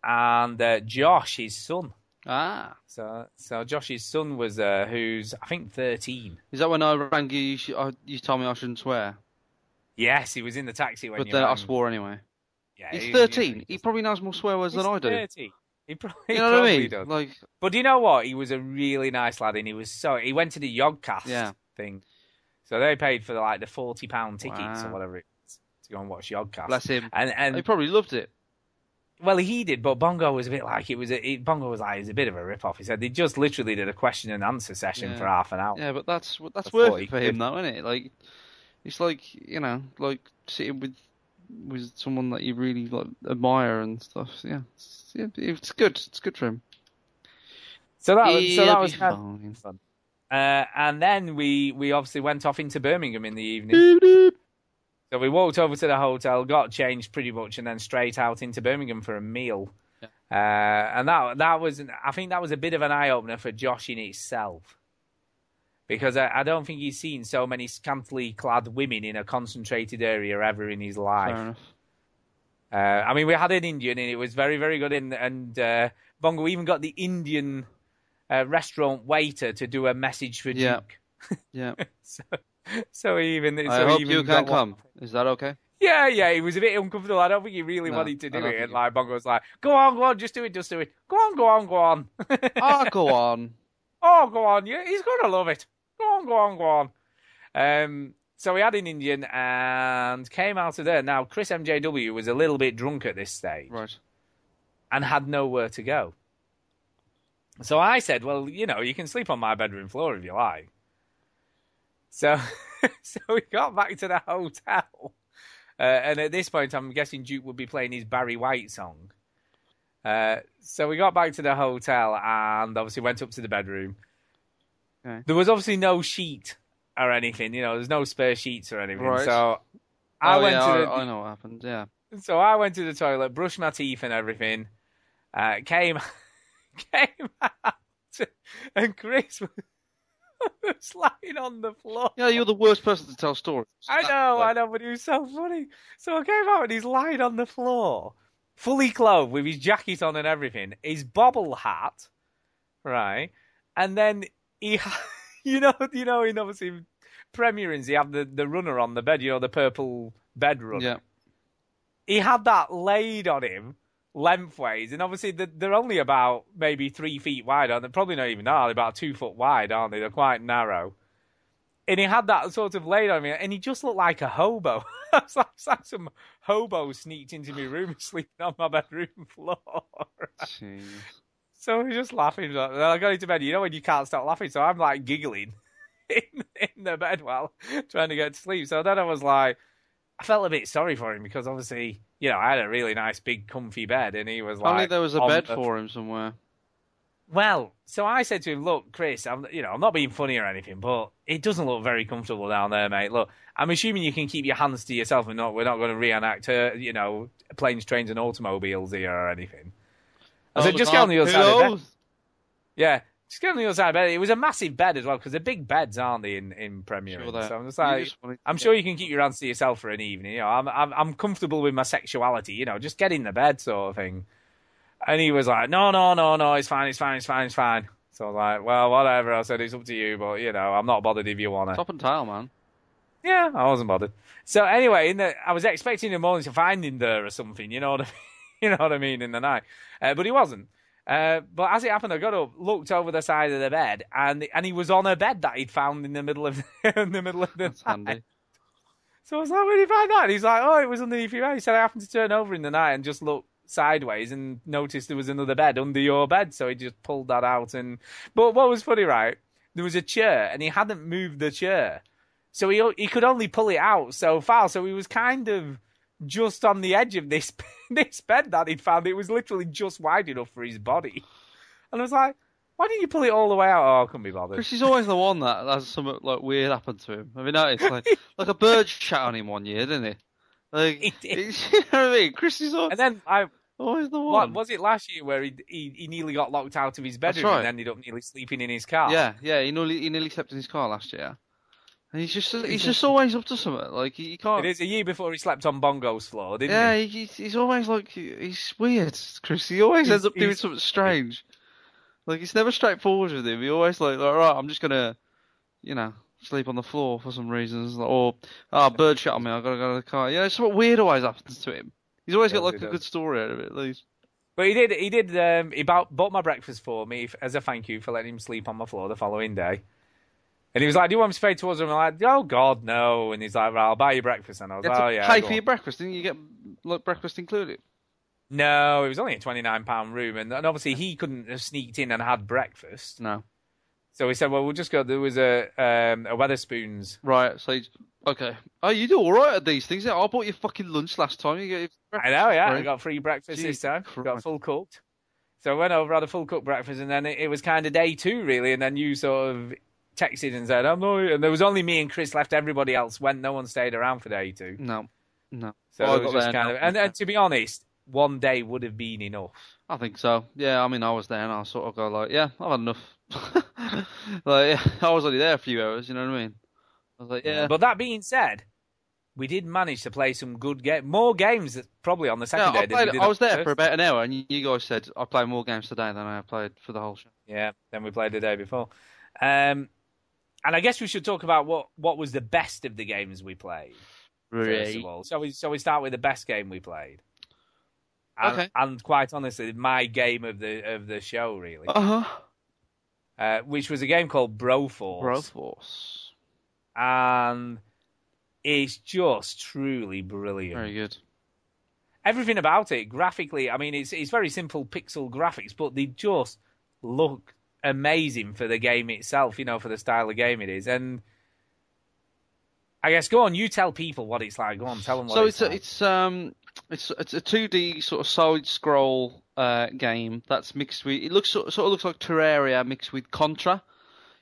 and uh, Josh, his son.
Ah.
So, so Josh's son was uh, who's I think thirteen.
Is that when I rang you? You, sh- I, you told me I shouldn't swear,
Yes, he was in the taxi when
but
you.
then I
rang.
swore anyway.
Yeah,
He's
he-
thirteen.
He,
He probably knows more swear words than I do.
30. He probably,
You know what I
probably
mean?
does.
Like,
But do you know what? He was a really nice lad, and he was so he went to the Yogcast
Yeah.
thing, so they paid for like the forty pound tickets or
Wow.
whatever it is to go and watch Yogcast.
bless him.
And and
He probably loved it.
well, he did, but Bongo was a bit like it was. A, he- Bongo was like it was a bit of a rip off. He said they just literally did a question and answer session
Yeah.
for half an hour.
Yeah, but that's well, Oh. that's
That's
worth
what
it
he
for
did.
him, though, isn't it? Like, it's like you know, like sitting with with someone that you really like admire and stuff. Yeah, it's, yeah, it's good. It's good for him.
So that was, so
He'll
that
be
was kind of
fine.
fun. Uh, and then we we obviously went off into Birmingham in the evening. So we walked over to the hotel, got changed pretty much, and then straight out into Birmingham for a meal. Uh, and that that was an- I think that was a bit of an eye opener for Josh in itself, because I, I don't think he's seen so many scantily clad women in a concentrated area ever in his life.
Fair enough.
Uh, I mean, we had an Indian and it was very, very good. In, and uh, Bongo even got the Indian uh, restaurant waiter to do a message for
Yeah.
Duke.
Yeah,
So, so he even, so
I
he
hope
even
you
got
can
one-
come. Is that okay?
Yeah, yeah, he was a bit uncomfortable. I don't think he really
No,
wanted to
I
do
don't
it.
think
And
he-
like Bongo was like, "Go on, go on, just do it, just do it. Go on, go on, go on.
Ah, go on.
oh, go on, yeah, he's gonna love it. Go on, go on, go on." Um, so we had an Indian and came out of there. Now Chris MJW was a little bit drunk at this stage.
Right.
and had nowhere to go. So I said, "Well, you know, you can sleep on my bedroom floor if you like." So, so we got back to the hotel, uh, and at this point, I'm guessing Duke would be playing his Barry White song. Uh, so we got back to the hotel and obviously went up to the bedroom.
Okay.
There was obviously no sheet or anything. You know, there's no spare sheets or anything.
Right.
So I
oh,
went
yeah,
to
I,
the,
I know what happened. Yeah.
so I went to the toilet, brushed my teeth and everything. Uh, came came out, and Chris was, was lying on the floor.
Yeah, you're the worst person to tell stories.
I know, I know, but he was so funny. So I came out and he's lying on the floor, fully clothed with his jacket on and everything, his bobble hat, right? And then he, ha- you know, you know, in obviously premierings, he had the, the runner on the bed, you know, the purple bed runner.
Yeah.
He had that laid on him lengthways, and obviously the, they're only about maybe three feet wide, aren't they? Probably not even that, they're about two foot wide, aren't they? They're quite narrow and he had that sort of laid on me, and he just looked like a hobo. it's, like, it's like some hobo sneaked into my room and sleeping on my bedroom floor.
Jeez.
so we were just laughing. like- And I got into bed. You know when you can't stop laughing, so I'm like giggling in, in the bed while trying to get to sleep. So then I was like, I felt a bit sorry for him because obviously, you know, I had a really nice big comfy bed, and he was like,
Only there was a
on
bed
the-
for him somewhere.
well, so I said to him, "Look, Chris, I'm you know I'm not being funny or anything, but it doesn't look very comfortable down there, mate. Look, I'm assuming you can keep your hands to yourself, and not we're not going to reenact her, you know, planes, trains, and automobiles here or anything." I said,
Oh,
"Just get on the other side of the bed."
hello?
Yeah, just get on the other side of the bed. It was a massive bed as well because they're big beds, aren't they, in in Premier?
Sure
Inn?
that-
so I'm just
you
like,
just wanted to
I'm
get-
sure you can keep your hands to yourself for an evening. You know, I'm I'm, I'm comfortable with my sexuality. You know, just get in the bed, sort of thing. And he was like, "No, no, no, no, it's fine, it's fine, it's fine, it's fine." So I was like, "Well, whatever." I said, "It's up to you, but you know, I'm not bothered if you wanna."
Top and tail, man.
Yeah, I wasn't bothered. So anyway, in the I was expecting in the morning to find him there or something. You know what I mean? you know what I mean in the night, uh, but he wasn't. Uh, but as it happened, I got up, looked over the side of the bed, and and he was on a bed that he'd found in the middle of in the middle of the
That's handy.
so I was like, where did you find that? And he's like, oh, it was underneath your bed. He said, I happened to turn over in the night and just look sideways and noticed there was another bed under your bed. So he just pulled that out. And But what was funny, right? There was a chair and he hadn't moved the chair. So he, o- he could only pull it out so far. So he was kind of just on the edge of this, this bed that he'd found. It was literally just wide enough for his body. And I was like, why didn't you pull it all the way out? Oh, I couldn't be bothered.
Chris is always the one that has something like weird happen to him. Have you noticed? Like, like a bird shot on him one year, didn't he? Like,
He did.
you know what I mean? Chris is al-
And then I,
always the
What
one.
was it last year where he, he he nearly got locked out of his bedroom
right.
and ended up nearly sleeping in his car?
Yeah, yeah. He nearly he nearly slept in his car last year, and he's just he's just always up to something. Like he, he
It
can't.
is a year before he slept on Bongo's floor, didn't
yeah,
he?
he, he's- he's always like he- he's weird, Chris. He always
He's-
ends up doing
he's-
something strange. Like it's never straightforward with him. He always like, all right, I'm just gonna, you know, sleep on the floor for some reasons, or oh, a bird shot on me. I gotta go to the car. You know, something weird always happens to him. He's always got
Does,
like
he
a
does.
good story out of it. At least
But he did he did um, he bought, bought my breakfast for me f- as a thank you for letting him sleep on my floor the following day. And he was like, "Do you want me to pay towards him?" I'm like, "Oh God, no!" And he's like, well, "I'll buy you breakfast." And I was
you
like,
had to
"Oh yeah."
pay
go
for
on."
your breakfast, didn't you? Get like breakfast included.
No, it was only a twenty nine pound room, and, and obviously he couldn't have sneaked in and had breakfast.
No.
So we said, "Well, we'll just go." There was a um, a Weatherspoons
Right. So you- okay. Oh, you do all right at these things. yeah? I bought you fucking lunch last time. You get
I know, yeah. I
Right.
got free breakfast this
Jesus
time. Got
Christ.
full cooked. So I went over, had a full cooked breakfast, and then it, it was kind of day two, really. And then you sort of texted and said, I'm not. eating." And there was only me and Chris left. Everybody else went. No one stayed around for day two.
no, no.
So
Well, I
it was
got
just
there
kind
now.
of. And, and to be honest, one day would have been enough.
I think so. Yeah, I mean, I was there and I sort of go like, yeah, I've had enough. like, yeah, I was only there a few hours. You know what I mean? I was like, yeah,
But that being said, we did manage to play some good game, more games that- probably on the second
Yeah, I,
day. than we
played-
did
I
on
was
the
there
first.
for about an hour, and you, you guys said I played more games today than I played for the whole show.
Yeah, then we played the day before. Um, and I guess we should talk about what, what was the best of the games we played. first of all. So we so we start with the best game we played. And,
Okay.
and quite honestly, my game of the of the show really,
Uh huh.
uh, which was a game called Broforce,
Broforce.
and it's just truly brilliant.
Very good.
Everything about it graphically, I mean, it's it's very simple pixel graphics, but they just look amazing for the game itself. You know, for the style of game it is, and I guess go on, you tell people what it's like. Go on, tell them what
so
it's,
it's a,
like.
it's um it's it's a 2D sort of side scroll uh, game that's mixed with it looks sort sort of looks like Terraria mixed with Contra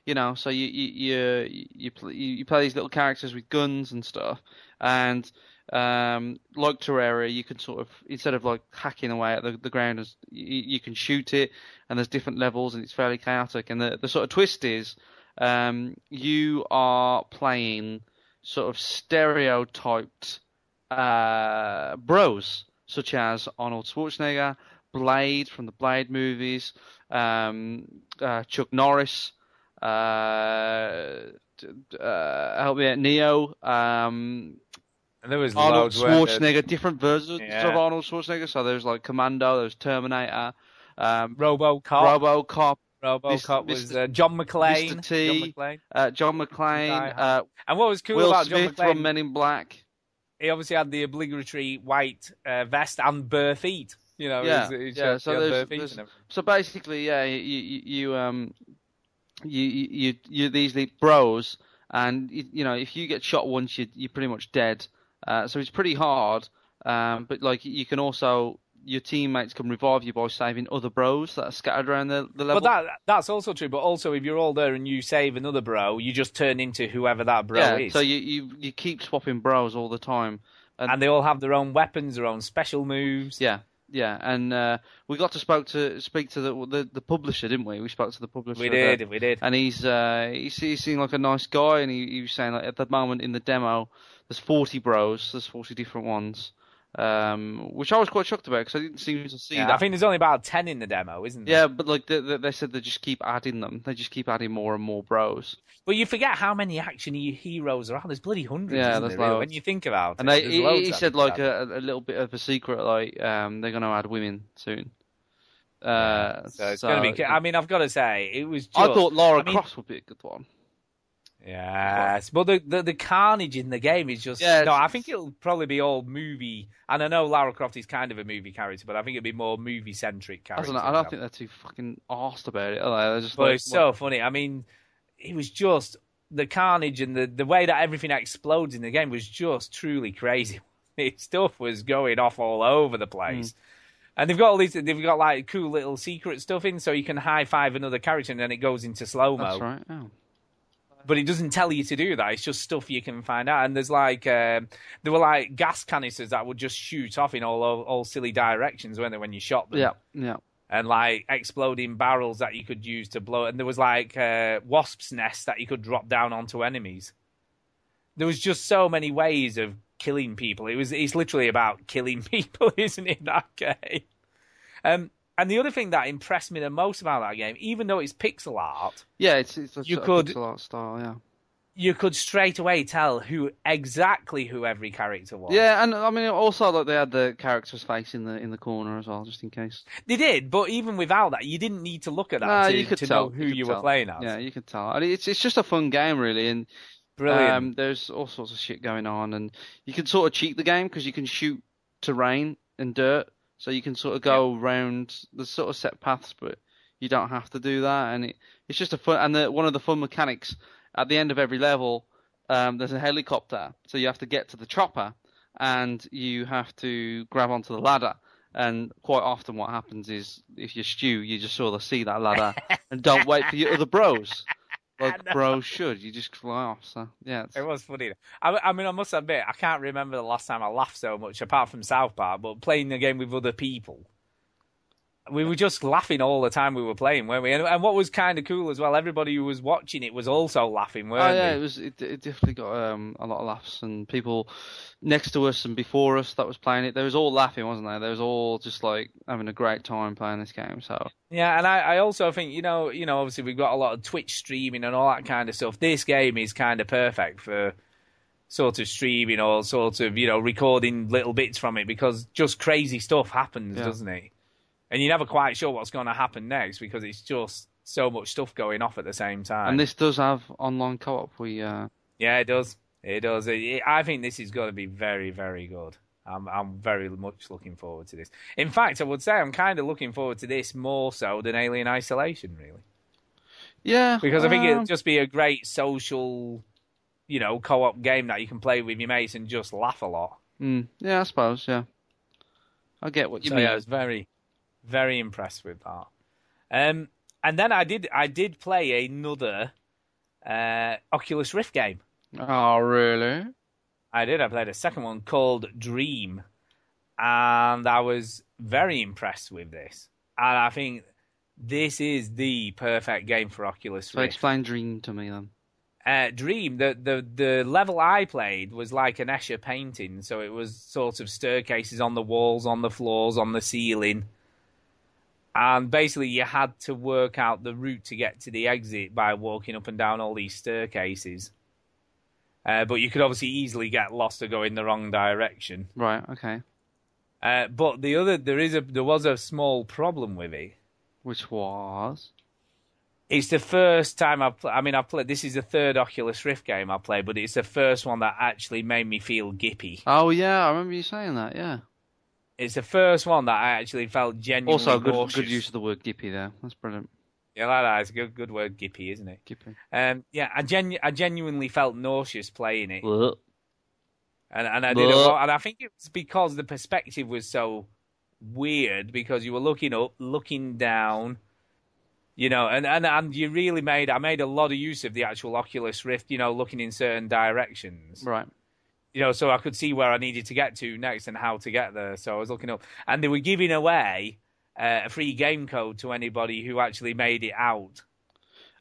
you know, so you you you you, pl- you you play these little characters with guns and stuff, and um, like Terraria, you can sort of instead of like hacking away at the, the ground, as- you, you can shoot it, and there's different levels, and it's fairly chaotic. And the the sort of twist is, um, you are playing sort of stereotyped uh, bros, such as Arnold Schwarzenegger, Blade from the Blade movies, um, uh, Chuck Norris, uh, d- d- uh, help me out, Neo, um,
And there was
Arnold
loads where the-
Schwarzenegger, different versions
Yeah.
of Arnold Schwarzenegger. So there's like Commando, there's Terminator, um,
RoboCop.
RoboCop,
RoboCop
Mr.
was uh, John McClane.
Mr. T.
John McClane.
uh, John
Die
McClane, uh,
Hard. And what was cool
Will
about
Smith
John McClane?
from uh, Men in Black.
he obviously had the obligatory white uh, vest and bare feet. You know,
Yeah,
he's- he's-
yeah,
he
so
had
there's-
bare feet
there's-
and everything.
So basically, yeah, you you, you um, you you you these the bros, and you, you know if you get shot once, you you're pretty much dead. Uh, so it's pretty hard. Um, but like you can also your teammates can revive you by saving other bros that are scattered around the, the level.
But that that's also true. But also, if you're all there and you save another bro, you just turn into whoever that bro
yeah.
is.
So you, you you keep swapping bros all the time.
and they all have their own weapons, their own special moves.
Yeah, yeah, and uh, we got to spoke to speak to the, the the publisher, didn't we? We spoke to the publisher.
we
the-
did, we did.
and he's uh, he, se- he seemed like a nice guy, and he, he was saying like at the moment in the demo, there's 40 bros, there's 40 different ones, um, which I was quite shocked about because I didn't seem to see
Yeah,
that.
I think there's only about ten in the demo, isn't there?
yeah, but like they, they, they said, they just keep adding them. They just keep adding more and more bros,
But you forget how many action he- heroes are out. There's bloody hundreds.
Yeah,
isn't
there's
there, really,
loads.
when you think about
and
it.
they,
There's
he,
loads
he
of
said
them.
like a, a little bit of a secret, like um, they're gonna add women soon. Uh,
So it's gonna be. I mean, I've got to say, it was. Just,
I thought Laura
I mean-
Cross would be a good one.
Yes, but the, the the carnage in the game is just
Yeah,
no.
it's-
I think it'll probably be all movie, and I know Lara Croft is kind of a movie character, but I think it'll be more movie centric
I
character.
don't know. I don't think they're too fucking arsed about it. Are they? They're just
But
like,
it's so funny. I mean, it was just the carnage and the the way that everything explodes in the game was just truly crazy. Stuff was going off all over the place.
Hmm.
And they've got all these, they've got like cool little secret stuff in, so you can high five another character and then it goes into slow mo
that's right. Oh.
but it doesn't tell you to do that. It's just stuff you can find out. And there's like um, there were like gas canisters that would just shoot off in all all, all silly directions, weren't they? When you shot them,
Yeah, yeah.
and like exploding barrels that you could use to blow. And there was like uh, wasps' nests that you could drop down onto enemies. There was just so many ways of killing people. It was it's literally about killing people, isn't it? That game. Um, and the other thing that impressed me the most about that game, even though it's pixel art,
Yeah, it's it's a
You
sort
could-
of pixel art style, yeah.
you could straight away tell who exactly who every character was.
Yeah, and I mean also like they had the character's face in the in the corner as well, just in case.
they did. But even without that, you didn't need to look at that
Nah,
to,
you could
to
tell
know who
could
you were
tell.
playing as.
Yeah, you could tell. And it's it's just a fun game really, and
Brilliant.
um, there's all sorts of shit going on, and you can sort of cheat the game because you can shoot terrain and dirt, so you can sort of go round the sort of set paths, but you don't have to do that, and it, it's just a fun. And the, one of the fun mechanics at the end of every level, um, there's a helicopter, so you have to get to the chopper, and you have to grab onto the ladder. And quite often, what happens is if you're Stew, you just sort of see that ladder and don't wait for your other bros. Like bros should, you just fly off. So yeah, it's-
it was funny. I, I mean, I must admit, I can't remember the last time I laughed so much, apart from South Park. But playing the game with other people, we were just laughing all the time we were playing, weren't we? And, and what was kind of cool as well, everybody who was watching it was also laughing, weren't
Oh yeah,
they?
it was. It, it definitely got um, a lot of laughs and people next to us and before us that was playing it. They was all laughing, wasn't they? They was all just like having a great time playing this game. So
Yeah, and I, I also think you know, you know, obviously we've got a lot of Twitch streaming and all that kind of stuff. This game is kind of perfect for sort of streaming or sort of you know recording little bits from it because just crazy stuff happens,
Yeah.
doesn't it? And you're never quite sure what's going to happen next because it's just so much stuff going off at the same time.
and this does have online co-op. We uh,
yeah, it does. It does. It- it- I think this is going to be very, very good. I'm, I'm very much looking forward to this. In fact, I would say I'm kind of looking forward to this more so than Alien Isolation, really.
yeah,
Because I think
um,
it'll just be a great social, you know, co op game that you can play with your mates and just laugh a lot.
mm, yeah, I suppose yeah. I get what you
So
mean.
yeah, I was very, very impressed with that. Um, and then I did I did play another uh, Oculus Rift game.
Oh, really?
I did. I played a second one called Dream, and I was very impressed with this. And I think this is the perfect game for Oculus
So
Rift.
explain Dream to me then.
uh, Dream, the, the the level I played was like an Escher painting, so it was sort of staircases on the walls, on the floors, on the ceiling, and basically you had to work out the route to get to the exit by walking up and down all these staircases. Uh, but you could obviously easily get lost or go in the wrong direction.
Right, okay.
Uh, but the other, there is a there was a small problem with it.
Which was.
It's the first time I've. Pl- I mean, I've played. This is the third Oculus Rift game I played, but it's the first one that actually made me feel gippy.
Oh, yeah, I remember you saying that, yeah.
It's the first one that I actually felt genuinely
Also, good,
nauseous.
good use of the word gippy there. That's brilliant.
Yeah, like that. It's a good, good word, gippy, isn't it?
Gippy.
Um, yeah, I genu- I genuinely felt nauseous playing it, and and I did a
Well-
lot, and I think it was because the perspective was so weird because you were looking up, looking down, you know, and and and you really made I made a lot of use of the actual Oculus Rift, you know, looking in certain directions.
Right.
you know, so I could see where I needed to get to next and how to get there. So I was looking up, and they were giving away uh, a free game code to anybody who actually made it out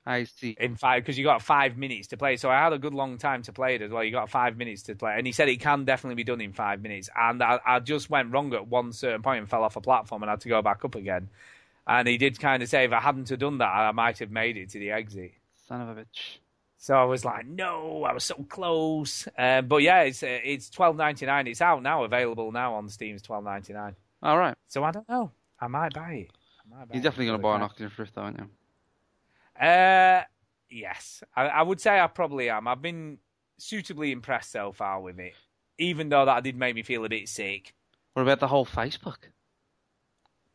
I see.
in five because you got five minutes to play. So I had a good long time to play it as well. You got five minutes to play, and he said it can definitely be done in five minutes. And I, I just went wrong at one certain point and fell off a platform and had to go back up again. And he did kind of say, if I hadn't have done that, I might have made it to the exit.
Son of a bitch.
So I was like, no, I was so close. Um, but yeah, it's uh, it's twelve ninety nine. It's out now, available now on Steam's twelve ninety nine.
All right.
So I don't know. I might buy it. I might buy it.
You're definitely going to buy an Oculus Rift, though, aren't you?
Uh, yes, I, I would say I probably am. I've been suitably impressed so far with it, even though that did make me feel a bit sick.
What about the whole Facebook?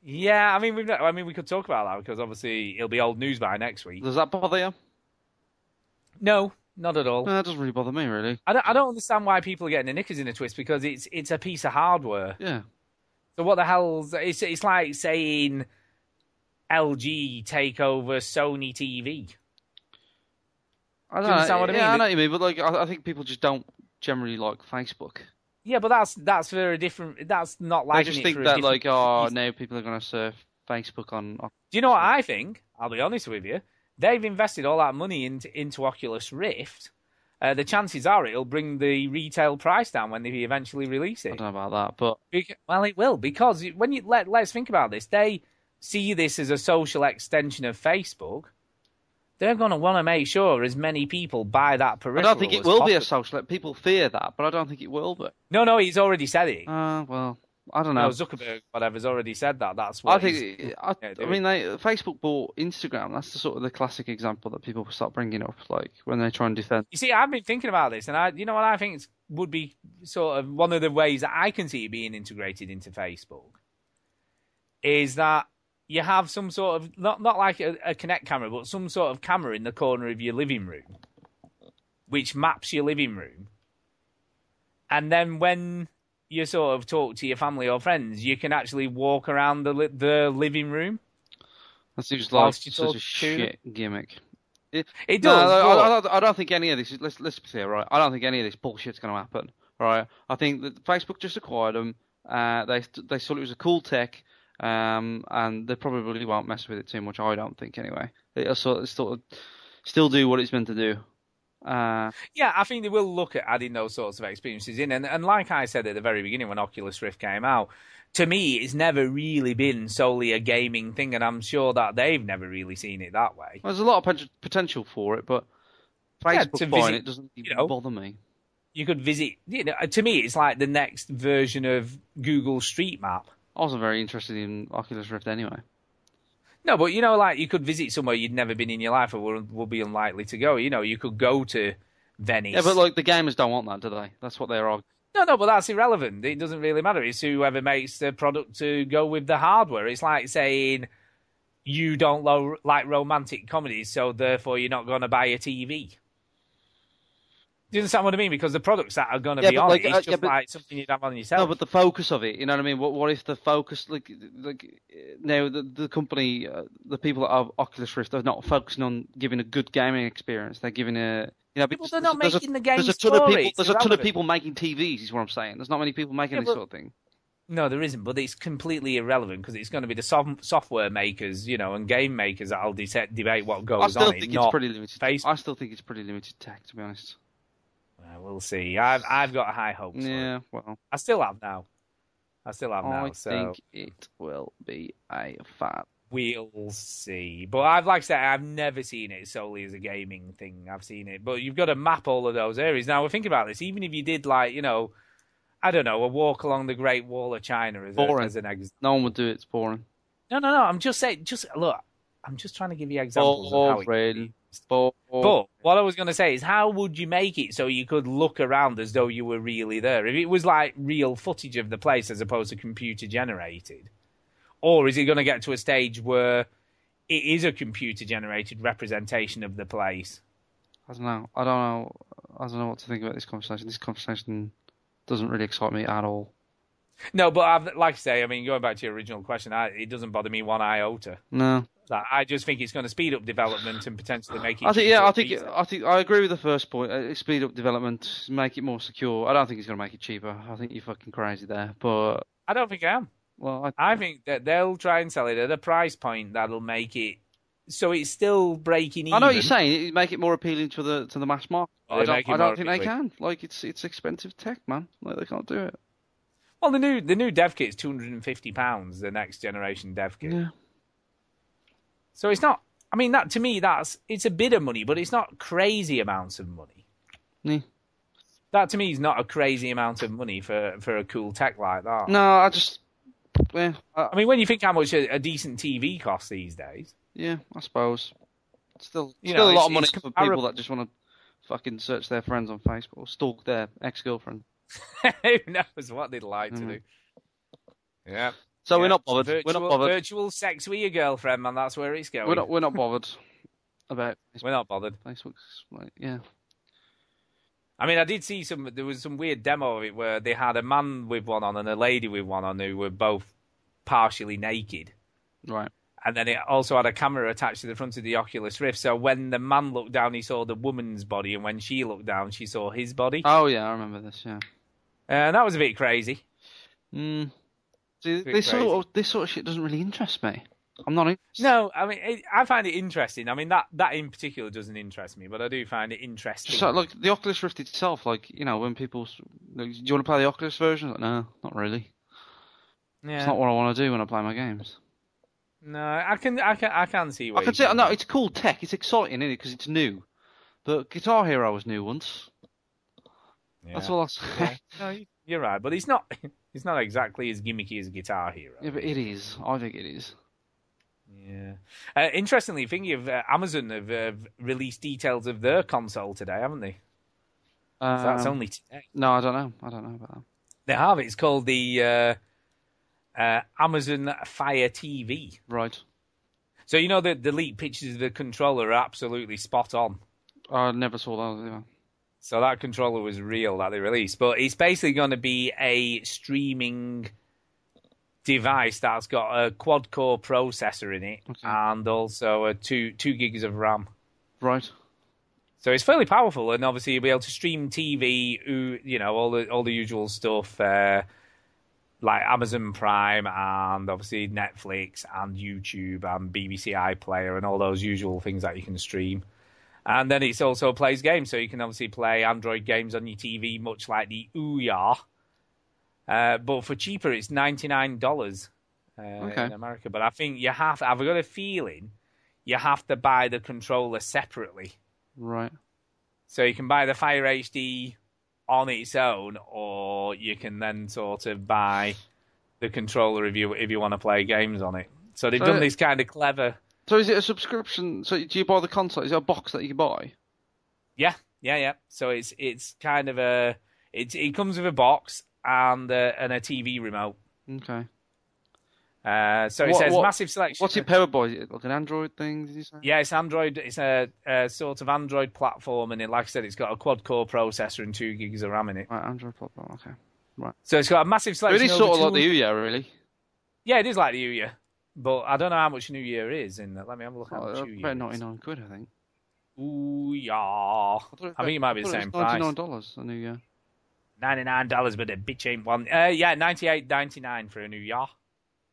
Yeah, I mean, we've not, I mean, we could talk about that because obviously it'll be old news by next week.
Does that bother you?
No, not at all.
No, that doesn't really bother me, really.
I don't, I don't understand why people are getting the knickers in a twist because it's it's a piece of hardware.
Yeah.
So what the hell's it's it's like saying LG take over Sony TV.
I don't
understand
know.
what I
Yeah, I
mean?
know what you mean, but like, I, I think people just don't generally like Facebook.
Yeah, but that's that's for a different. That's not
I
like.
just think that like, oh, now people are going to surf Facebook on. on-
Do you know what I think? I'll be honest with you. They've invested all that money into into Oculus Rift. Uh, the chances are it'll bring the retail price down when they eventually release
I
it.
don't know about that, but
Bec- well, it will because it- when you let let's think about this, they see this as a social extension of Facebook. They're going to want to make sure as many people buy that
I
peripheral.
don't think it
as
will be a
possible.
social. People fear that, but I don't think it will. But
No, no, he's already said it.
uh, well, I don't
no,
know.
Zuckerberg, whatever's already said that. That's what
I think.
he's-
it- I,
yeah, do
I
it.
mean, they, Facebook bought Instagram. That's the sort of the classic example that people start bringing up, like when they try and defend.
You see, I've been thinking about this, and I, you know what I think it's- would be sort of one of the ways that I can see it being integrated into Facebook is that you have some sort of not not like a, a Kinect camera, but some sort of camera in the corner of your living room, which maps your living room, and then when you sort of talk to your family or friends, you can actually walk around the li- the living room.
That seems like
Whilst you
such
talk
a
to-
shit gimmick.
It
No,
does.
no,
but-
I, I, don't- I don't think any of this. Is, let's let's be clear, right? I don't think any of this bullshit's going to happen, right? I think that Facebook just acquired them. Uh, they they thought it was a cool tech, um, and they probably won't mess with it too much. I don't think anyway. It'll sort of, sort of still do what it's meant to do. Uh,
Yeah, I think they will look at adding those sorts of experiences in. And, and like I said at the very beginning when Oculus Rift came out, to me, it's never really been solely a gaming thing. And I'm sure that they've never really seen it that way.
well, there's a lot of pot- potential for it, but
Yeah,
Facebook
to
buying
visit,
it doesn't
you
even
know.
bother me.
You could visit, you know, to me, it's like the next version of Google Street Map.
I wasn't very interested in Oculus Rift anyway.
No, but you know, like you could visit somewhere you'd never been in your life or would, would be unlikely to go. You know, you could go to Venice.
Yeah, but like the gamers don't want that, do they? That's what they're arguing.
No, no, but that's irrelevant. It doesn't really matter. It's whoever makes the product to go with the hardware. It's like saying you don't lo- like romantic comedies, so therefore you're not going to buy a TV. Do you understand what I mean? Because the products that are going to
Yeah,
be
but
on
like,
it, it's
uh,
just
yeah, but-
like something you'd have on yourself.
No, but the focus of it, you know what I mean? What what if the focus, like, like eh, now the the company, uh, the people of Oculus Rift are not focusing on giving a good gaming experience. They're giving a you know, because
they're not
there's a-
making the game
There's a ton of
story.
people.
It's
There's a ton of
irrelevant.
people making TVs. Is what I'm saying. There's not many people making
Yeah,
this
but-
sort of thing.
No, there isn't, but it's completely irrelevant because it's going to be the sof- software makers, you know, and game makers that'll dete- debate what goes
I still
on.
think
it,
it's
not
pretty limited.
Facebook.
I still think it's pretty limited tech, to be honest.
Uh, we'll see. I've I've got high hopes. for it.
Yeah, well,
I still have now. I still have now.
I
so
think it will be a fat.
we'll see. But I've like I said, I've never seen it solely as a gaming thing. I've seen it, but you've got to map all of those areas. Now we're thinking about this. Even if you did like you know, I don't know, a walk along the Great Wall of China as, a,
Boring.
as an example.
No one would do it. It's boring.
No, no, no. I'm just saying. Just look. I'm just trying to give you examples of how it
Boring. Boring.
But what I was going to say is, how would you make it so you could look around as though you were really there? If it was like real footage of the place as opposed to computer generated, or is it going to get to a stage where it is a computer generated representation of the place?
I don't know. I don't know. I don't know what to think about this conversation. This conversation doesn't really excite me at all.
No, but I've, like I say, I mean, going back to your original question, I, it doesn't bother me one iota.
No,
Like, I just think it's going to speed up development and potentially make it.
I think yeah.
cheaper,
I think
easier.
I think I agree with the first point. Uh, Speed up development, make it more secure. I don't think it's going to make it cheaper. I think you're fucking crazy there. But
I don't think I am.
well, I,
I think that they'll try and sell it at a price point that'll make it so it's still breaking even.
I know what you're saying. It- Make it more appealing to the to the mass market.
Oh,
I
they make
don't,
it
I
more
don't think they
appealing.
can. Like it's it's expensive tech, man. Like they can't do it.
Well, the new the new dev kit is two hundred and fifty pounds, the next generation dev kit.
Yeah.
So it's not. I mean, that to me, that's it's a bit of money, but it's not crazy amounts of money.
Yeah.
That to me is not a crazy amount of money for for a cool tech like that.
No, I just yeah, I,
I mean, when you think how much a, a decent TV costs these days,
yeah. I suppose still
You
still
know,
a lot
it's-
of money
it's
for people
comparable.
that just want to fucking search their friends on Facebook or stalk their ex girlfriend.
who knows what they'd like
Mm-hmm.
to do? Yeah.
So
yeah.
we're not bothered.
Virtual,
we're not bothered.
Virtual sex with your girlfriend, man. That's where it's going.
We're not we're not bothered about
We're not bothered.
Facebook's like yeah.
I mean, I did see some. There was some weird demo of it where they had a man with one on and a lady with one on who were both partially naked,
Right.
and then it also had a camera attached to the front of the Oculus Rift. So when the man looked down, he saw the woman's body, and when she looked down, she saw his body. Uh,
Oh yeah, I remember this, yeah.
And that was a bit crazy.
Mm. See,
bit
this
crazy.
sort of, this sort of shit doesn't really interest me. I'm not interested.
No, I mean, it, I find it interesting. I mean, that that in particular doesn't interest me, but I do find it interesting.
So, like the Oculus Rift itself, like you know, when people, s- like, do you want to play the Oculus version? Like, no, not really.
yeah.
It's not what I want to do when I play my games.
No, I can, I can, I can see. Where
I can
you
say,
come
no,
from.
it's cool tech. It's exciting, is it? Because it's new. But Guitar Hero was new once. That's
Yeah.
all I say. Yeah.
No, you- you're right, but it's not. It's not exactly as gimmicky as Guitar Hero.
but it is. I think it is.
Yeah. Uh, interestingly, thinking of uh, Amazon have uh, released details of their console today, haven't they? So that's
Um,
only today.
No, I don't know. I don't know about that.
They have. It's called the uh, uh, Amazon Fire TV.
Right.
So you know the the leaked pictures of the controller are absolutely spot on.
I never saw that. either.
So that controller was real that they released, but it's basically going to be a streaming device that's got a quad core processor in it
Okay.
and also a two two gigs of RAM.
Right.
So it's fairly powerful, and obviously you'll be able to stream TV, oo- you know, all the all the usual stuff uh, like Amazon Prime and obviously Netflix and YouTube and BBC iPlayer and all those usual things that you can stream. And then it's also plays games, so you can obviously play Android games on your TV, much like the Ouya. Uh, but for cheaper, it's ninety nine dollars uh,
Okay.
in America. But I think you have. I've got a feeling you have to buy the controller separately.
Right.
So you can buy the Fire HD on its own, or you can then sort of buy the controller if you if you want to play games on it. So they've
So-
done this kind of clever.
So is it a subscription? So do you buy the console? Is it a box that you buy?
Yeah, yeah, yeah. So it's it's kind of a uh, it it comes with a box and a, and a TV remote.
Okay.
Uh, so it
What-
says
what-
massive selection.
What's it powered by? Is it like an Android thing? Did you say?
Yeah, it's Android. It's a, a sort of Android platform, and it, like I said, it's got a quad core processor and two gigs of RAM in it.
Right, Android platform. Okay.
So it's got a massive
It
selection.
is
over
sort of like
200
the Ouya, really.
Yeah, it is like the Ouya, but I don't know how much New Year is in that. Let me have a look. How
Oh,
much
about
Ouya is.
ninety nine quid, I think.
Ouya. I think it might be the same
Ninety
price.
nine dollars a new year.
Ninety nine dollars, but the bitch ain't one. Uh, yeah, ninety eight ninety nine for a New Year.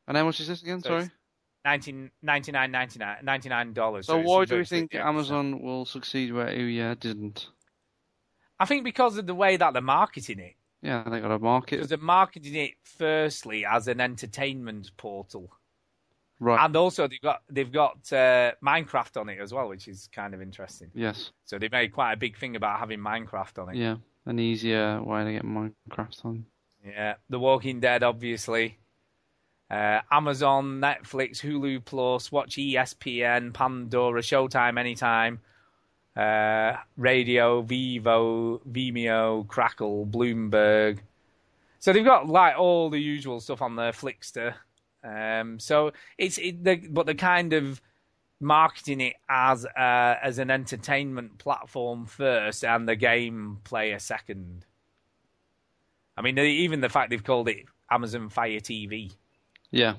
And how much is this again?
So
Sorry.
it's- 19 $99.99 $99.
So
it's
why do we
virtually
think
the opposite.
Amazon will succeed where Ouya didn't?
I think because of the way that they're marketing it.
Yeah, they got a
Because
market
they're marketing it firstly as an entertainment portal,
right.
and also they've got they've got uh, Minecraft on it as well, which is kind of interesting.
Yes.
So they made quite a big thing about having Minecraft on it.
Yeah. An easier way to get Minecraft on.
Yeah, Uh, The Walking Dead, obviously. Uh, Amazon, Netflix, Hulu Plus, Watch E ESPN, Pandora, Showtime, Anytime, uh, Radio, Vivo, Vimeo, Crackle, Bloomberg. So they've got like all the usual stuff on their Flickster. Um, so it's it, they, but they're kind of marketing it as uh, as an entertainment platform first, and the game player second. I mean, they- even the fact they've called it Amazon Fire TV,
Yeah.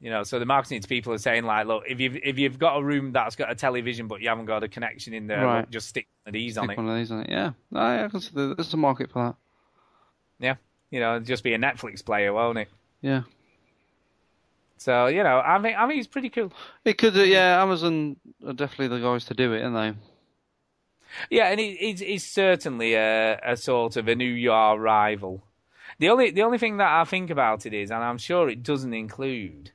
you know, so the marketing to people are saying like, look, if you've if you've got a room that's got a television but you haven't got a connection in there,
Right.
look, just stick one of these on
Pick
it.
one of these on it. Yeah. No, yeah, I can see there- there's a market for that.
Yeah, you know, it'd just be a Netflix player, won't it?
Yeah.
So you know, I think I think it's pretty cool.
It could. uh, Yeah. Amazon are definitely the guys to do it, aren't they?
Yeah, and it, it's, it's certainly a, a sort of a New Year rival. The only the only thing that I think about it is, and I'm sure it doesn't include,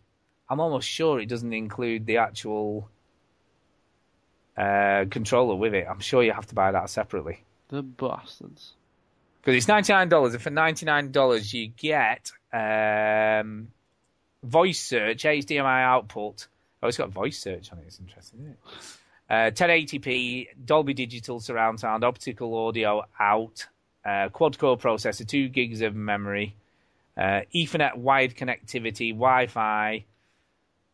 I'm almost sure it doesn't include the actual uh, controller with it. I'm sure you have to buy that separately
The bastards.
because it's ninety nine dollars, and for ninety nine dollars you get um, voice search, HDMI output. Oh, it's got voice search on it. It's interesting, isn't it? Uh, 1080p, Dolby Digital surround sound, optical audio out, uh, quad core processor, two gigs of memory, uh, Ethernet wide connectivity, Wi-Fi,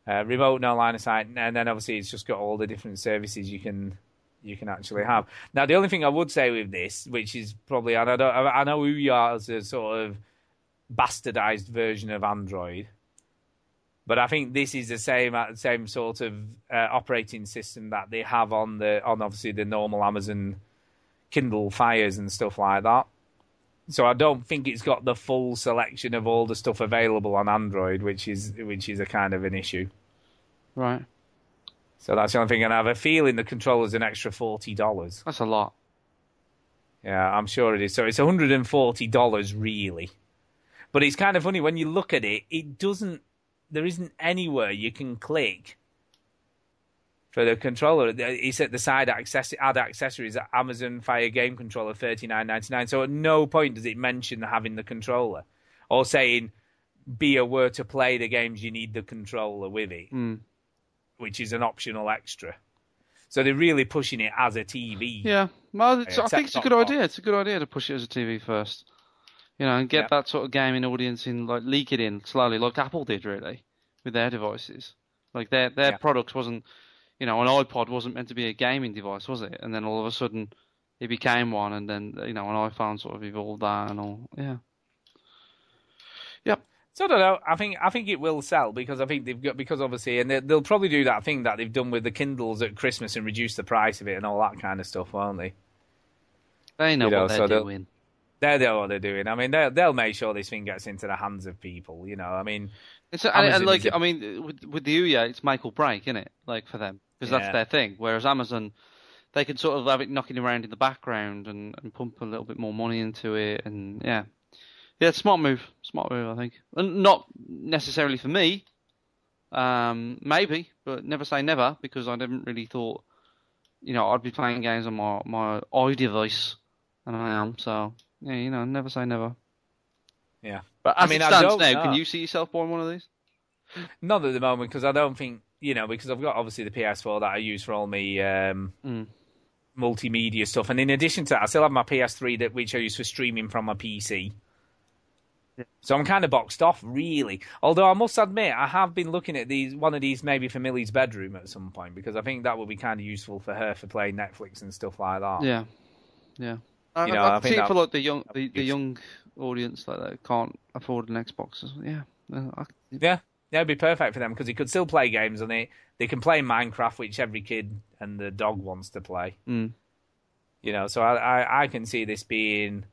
uh, remote no line of sight, and then obviously it's just got all the different services you can you can actually have. Now, the only thing I would say with this, which is probably, and I don't, I I know Ouya is a sort of bastardized version of Android. But I think this is the same same sort of uh, operating system that they have on the on obviously the normal Amazon Kindle Fires and stuff like that. So I don't think it's got the full selection of all the stuff available on Android, which is which is a kind of an issue.
Right.
So that's the only thing. And I have a feeling the controller's an extra forty dollars.
That's a lot.
Yeah, I'm sure it is. So it's $140 really. But it's kind of funny when you look at it, it doesn't there isn't anywhere you can click for the controller. It's at the side access add accessories Amazon Fire Game Controller 39.99. So at no point does it mention having the controller or saying be aware to play the games you need the controller with it, which is an optional extra. So they're really pushing it as a TV.
Yeah, well, it's,
Yeah,
I
it's
think it's a
not
good
far.
idea. It's a good idea to push it as a TV first, you know, and get
Yeah.
that sort of gaming audience in, like leak it in slowly, like Apple did really with their devices. Like their their
Yeah.
product wasn't, you know, an iPod wasn't meant to be a gaming device, was it? And then all of a sudden, it became one, and then you know, an iPhone sort of evolved that and all. Yeah,
So I don't know. I think I think it will sell because I think they've got because obviously, and they, they'll probably do that thing that they've done with the Kindles at Christmas and reduce the price of it and all that kind of stuff, won't they?
they know
You know,
what they're
so they'll-
doing.
They're, they're what they're doing. I mean, they'll they'll make sure this thing gets into the hands of people. You know, I mean,
It's and, and
Amazon
like
is a-
I mean, uh, with with the Ouya, it's make or break, isn't it? Like for them, because
Yeah.
that's their thing. Whereas Amazon, they can sort of have it knocking around in the background and, and pump a little bit more money into it, and yeah, yeah, smart move, smart move, I think, and not necessarily for me, um, maybe, but never say never because I never really thought, you know, I'd be playing games on my my iDevice, and I am, so yeah, you know, never say never.
yeah,
But
I
as
mean,
it
I
stands
don't
now,
know.
can you see yourself buying one of these?
not at the moment because I don't think you know because I've got obviously the PS4 that I use for all my um,
Mm.
multimedia stuff, and in addition to that, I still have my PS3 that which I use for streaming from my PC. So I'm kind of boxed off, really. Although I must admit, I have been looking at these one of these maybe for Millie's bedroom at some point because I think that would be kind of useful for her for playing Netflix and stuff like that.
Yeah, yeah. I,
You know,
I,
I think
see it
that-
for like the young, the, the
useful.
young audience like that can't afford an Xbox. or something. Yeah, Uh, I,
Yeah, that would be perfect for them because they could still play games on it. They can play Minecraft, which every kid and the dog wants to play.
Mm.
You know, so I, I, I can see this being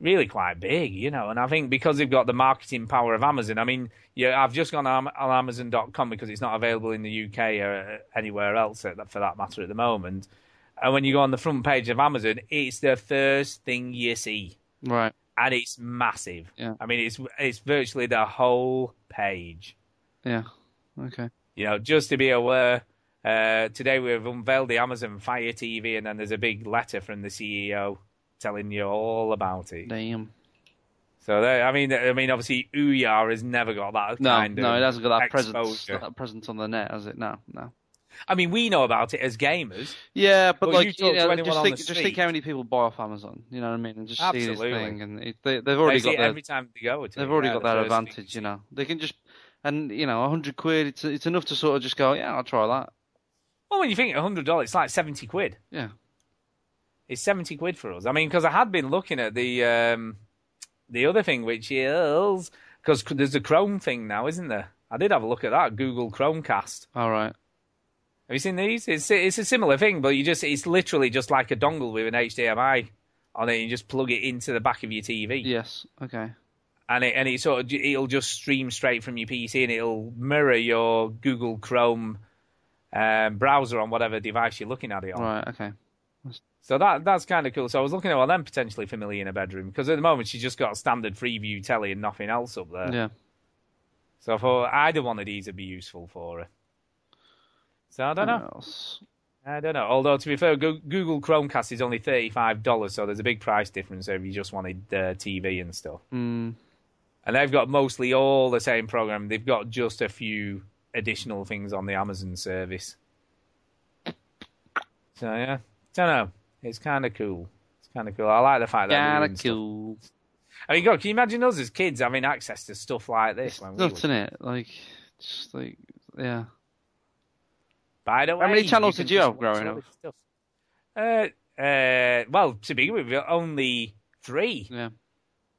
really quite big, you know. And I think because they've got the marketing power of Amazon, I mean, yeah, I've just gone on, on Amazon.com because it's not available in the UK or uh, anywhere else at that- for that matter at the moment. And when you go on the front page of Amazon, it's the first thing you see
right.
and it's massive.
Yeah.
I mean, it's it's virtually the whole page.
Yeah. Okay.
You know, just to be aware. Uh, today we've unveiled the Amazon Fire TV, and then there's a big letter from the CEO telling you all about it.
Damn.
So there, I mean, I mean, obviously, Ouya has never got that
No,
kind
no,
of
it hasn't got that presence,
exposure.
that presence on the net, has it? No, no.
I mean, we know about it as gamers.
Yeah, but
Well, you
like,
talk
you
to
know,
anyone
just
on
think,
the
just think
street.
how many people buy off Amazon. You know what I mean? And just see
Absolutely.
this thing, and it, they, they've
They
already
see
got
it
their,
every time they go to.
they've
it,
already
yeah,
got
the
that
first thing.
advantage. You know, they can just, and you know, a hundred quid, it's it's enough to sort of just go, yeah, I'll try that.
Well, when you think hundred dollars, it's like seventy quid.
Yeah.
It's seventy quid for us. I mean, because I had been looking at the um, the other thing, which is because there's a Chrome thing now, isn't there? I did have a look at that Google Chromecast.
All right.
Have you seen these? It's it's a similar thing, but you just it's literally just like a dongle with an HDMI on it. You just plug it into the back of your TV,
Yes. Okay.
and it and it sort of it'll just stream straight from your PC, and it'll mirror your Google Chrome um, browser on whatever device you're looking at it on.
Right. Okay.
So that that's kind of cool. So I was looking at well, then potentially for Millie in a bedroom because at the moment she's just got a standard Freeview telly and nothing else up there.
Yeah.
So I thought either one of these would be useful for her. So I don't know.
What else?
I don't know. Although to be fair, Goo- Google Chromecast is only thirty-five dollars, so there's a big price difference if you just wanted uh, TV and stuff.
Mm,
And they've got mostly all the same program. They've got just a few additional things on the Amazon service. So yeah, don't know. It's kind of cool. It's kind of cool. I like the fact that. they're
kinda
doing stuff.
cool.
I mean, God, can you imagine us as kids having access to stuff like this? When we were-
Nuts in it. Like, just like, yeah.
By the way,
How many channels
can
did you
just
have
watch
growing
all this
up?
stuff. Uh, uh, well, to begin with, only three.
Yeah.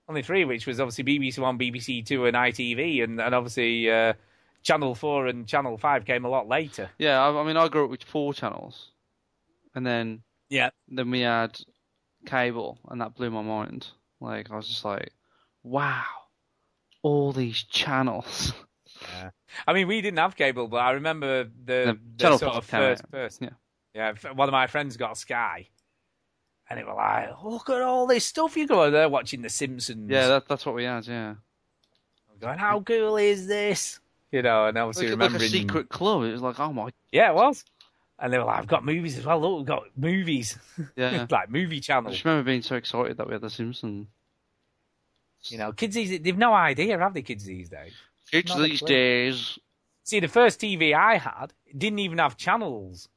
Only three, which was obviously BBC One, BBC Two, and ITV, and and obviously uh, Channel Four and Channel Five came a lot later.
Yeah, I, I mean, I grew up with four channels, and then
Yeah.
then we had cable, and that blew my mind. Like, I was just like, wow, all these channels.
I mean, we didn't have cable, but I remember the,
The
the
Channel
sort
4
of
came out.
first person. Yeah. f one of my friends got Sky, and it were like, look at all this stuff you go there watching The Simpsons.
Yeah, that, that's what we had. Yeah,
going, how cool is this? You know, and obviously
like, like
remembering.
a secret club. It was like, oh my,
Yeah, it was. And they were like, I've got movies as well. Look, we've got movies.
yeah.
like movie
I
channel.
just remember being so excited that we had The Simpsons.
You know, kids these they've no idea, have they, kids these days?
It's
Not a
these
clue.
days.
See, the first TV I had didn't even have channels.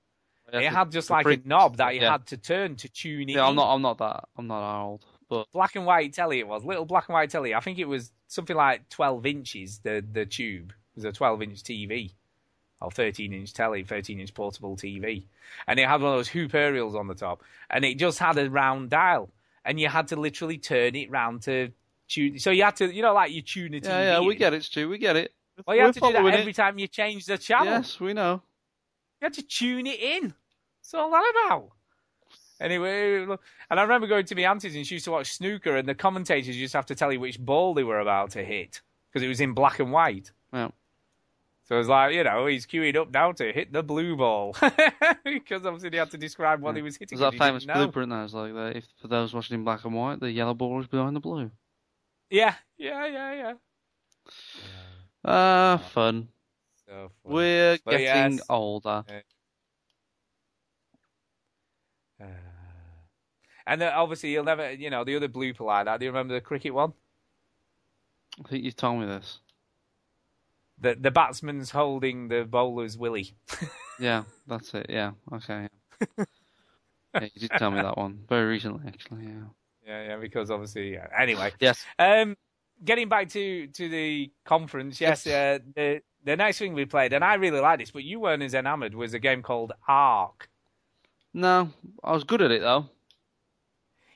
It had just
the
like a
frequency,
knob that you
yeah.
had to turn to tune in.
Yeah, I'm not. I'm not that. I'm not that old. But
Black and white telly it was. Little black and white telly. I think it was something like 12 inches, the, the tube. It was a 12 inch TV. Or 13 inch telly, 13 inch portable TV. And it had one of those hoop aerials on the top. And it just had a round dial. And you had to literally turn it round to tune. So you had to, you know, like you tune it.
yeah, yeah, we get it, Stu. We get it.
Well, you had to do that
following
every time you changed the channel.
Yes, we know.
You had to tune it in. What's all that about? Anyway, look- and I remember going to my auntie's and she used to watch snooker, and the commentators used to have to tell you which ball they were about to hit because it was in black and white.
Yeah.
So it was like, you know, he's queuing up now to hit the blue ball because obviously they had to describe what he was hitting.
There's that
'cause he
famous
didn't know.
blooper in there. It's like, the, if for those watching in black and white, the yellow ball is behind the blue.
Yeah, yeah, yeah, yeah.
Ah, fun.
So funny.
We're
But
getting
yes.
older.
Uh, and then obviously you'll never, you know, the other blooper like that. Do you remember the cricket one?
I think you've told me this.
The the batsman's holding the bowler's willy.
Yeah, that's it. Yeah, okay. Yeah, you did tell me that one very recently, actually. Yeah.
Yeah, yeah, because obviously, yeah. Anyway,
Yes.
um, getting back to to the conference, yes, uh, the the next thing we played, and I really liked this, but you weren't as enamoured, was a game called Ark.
No, I was good at it though.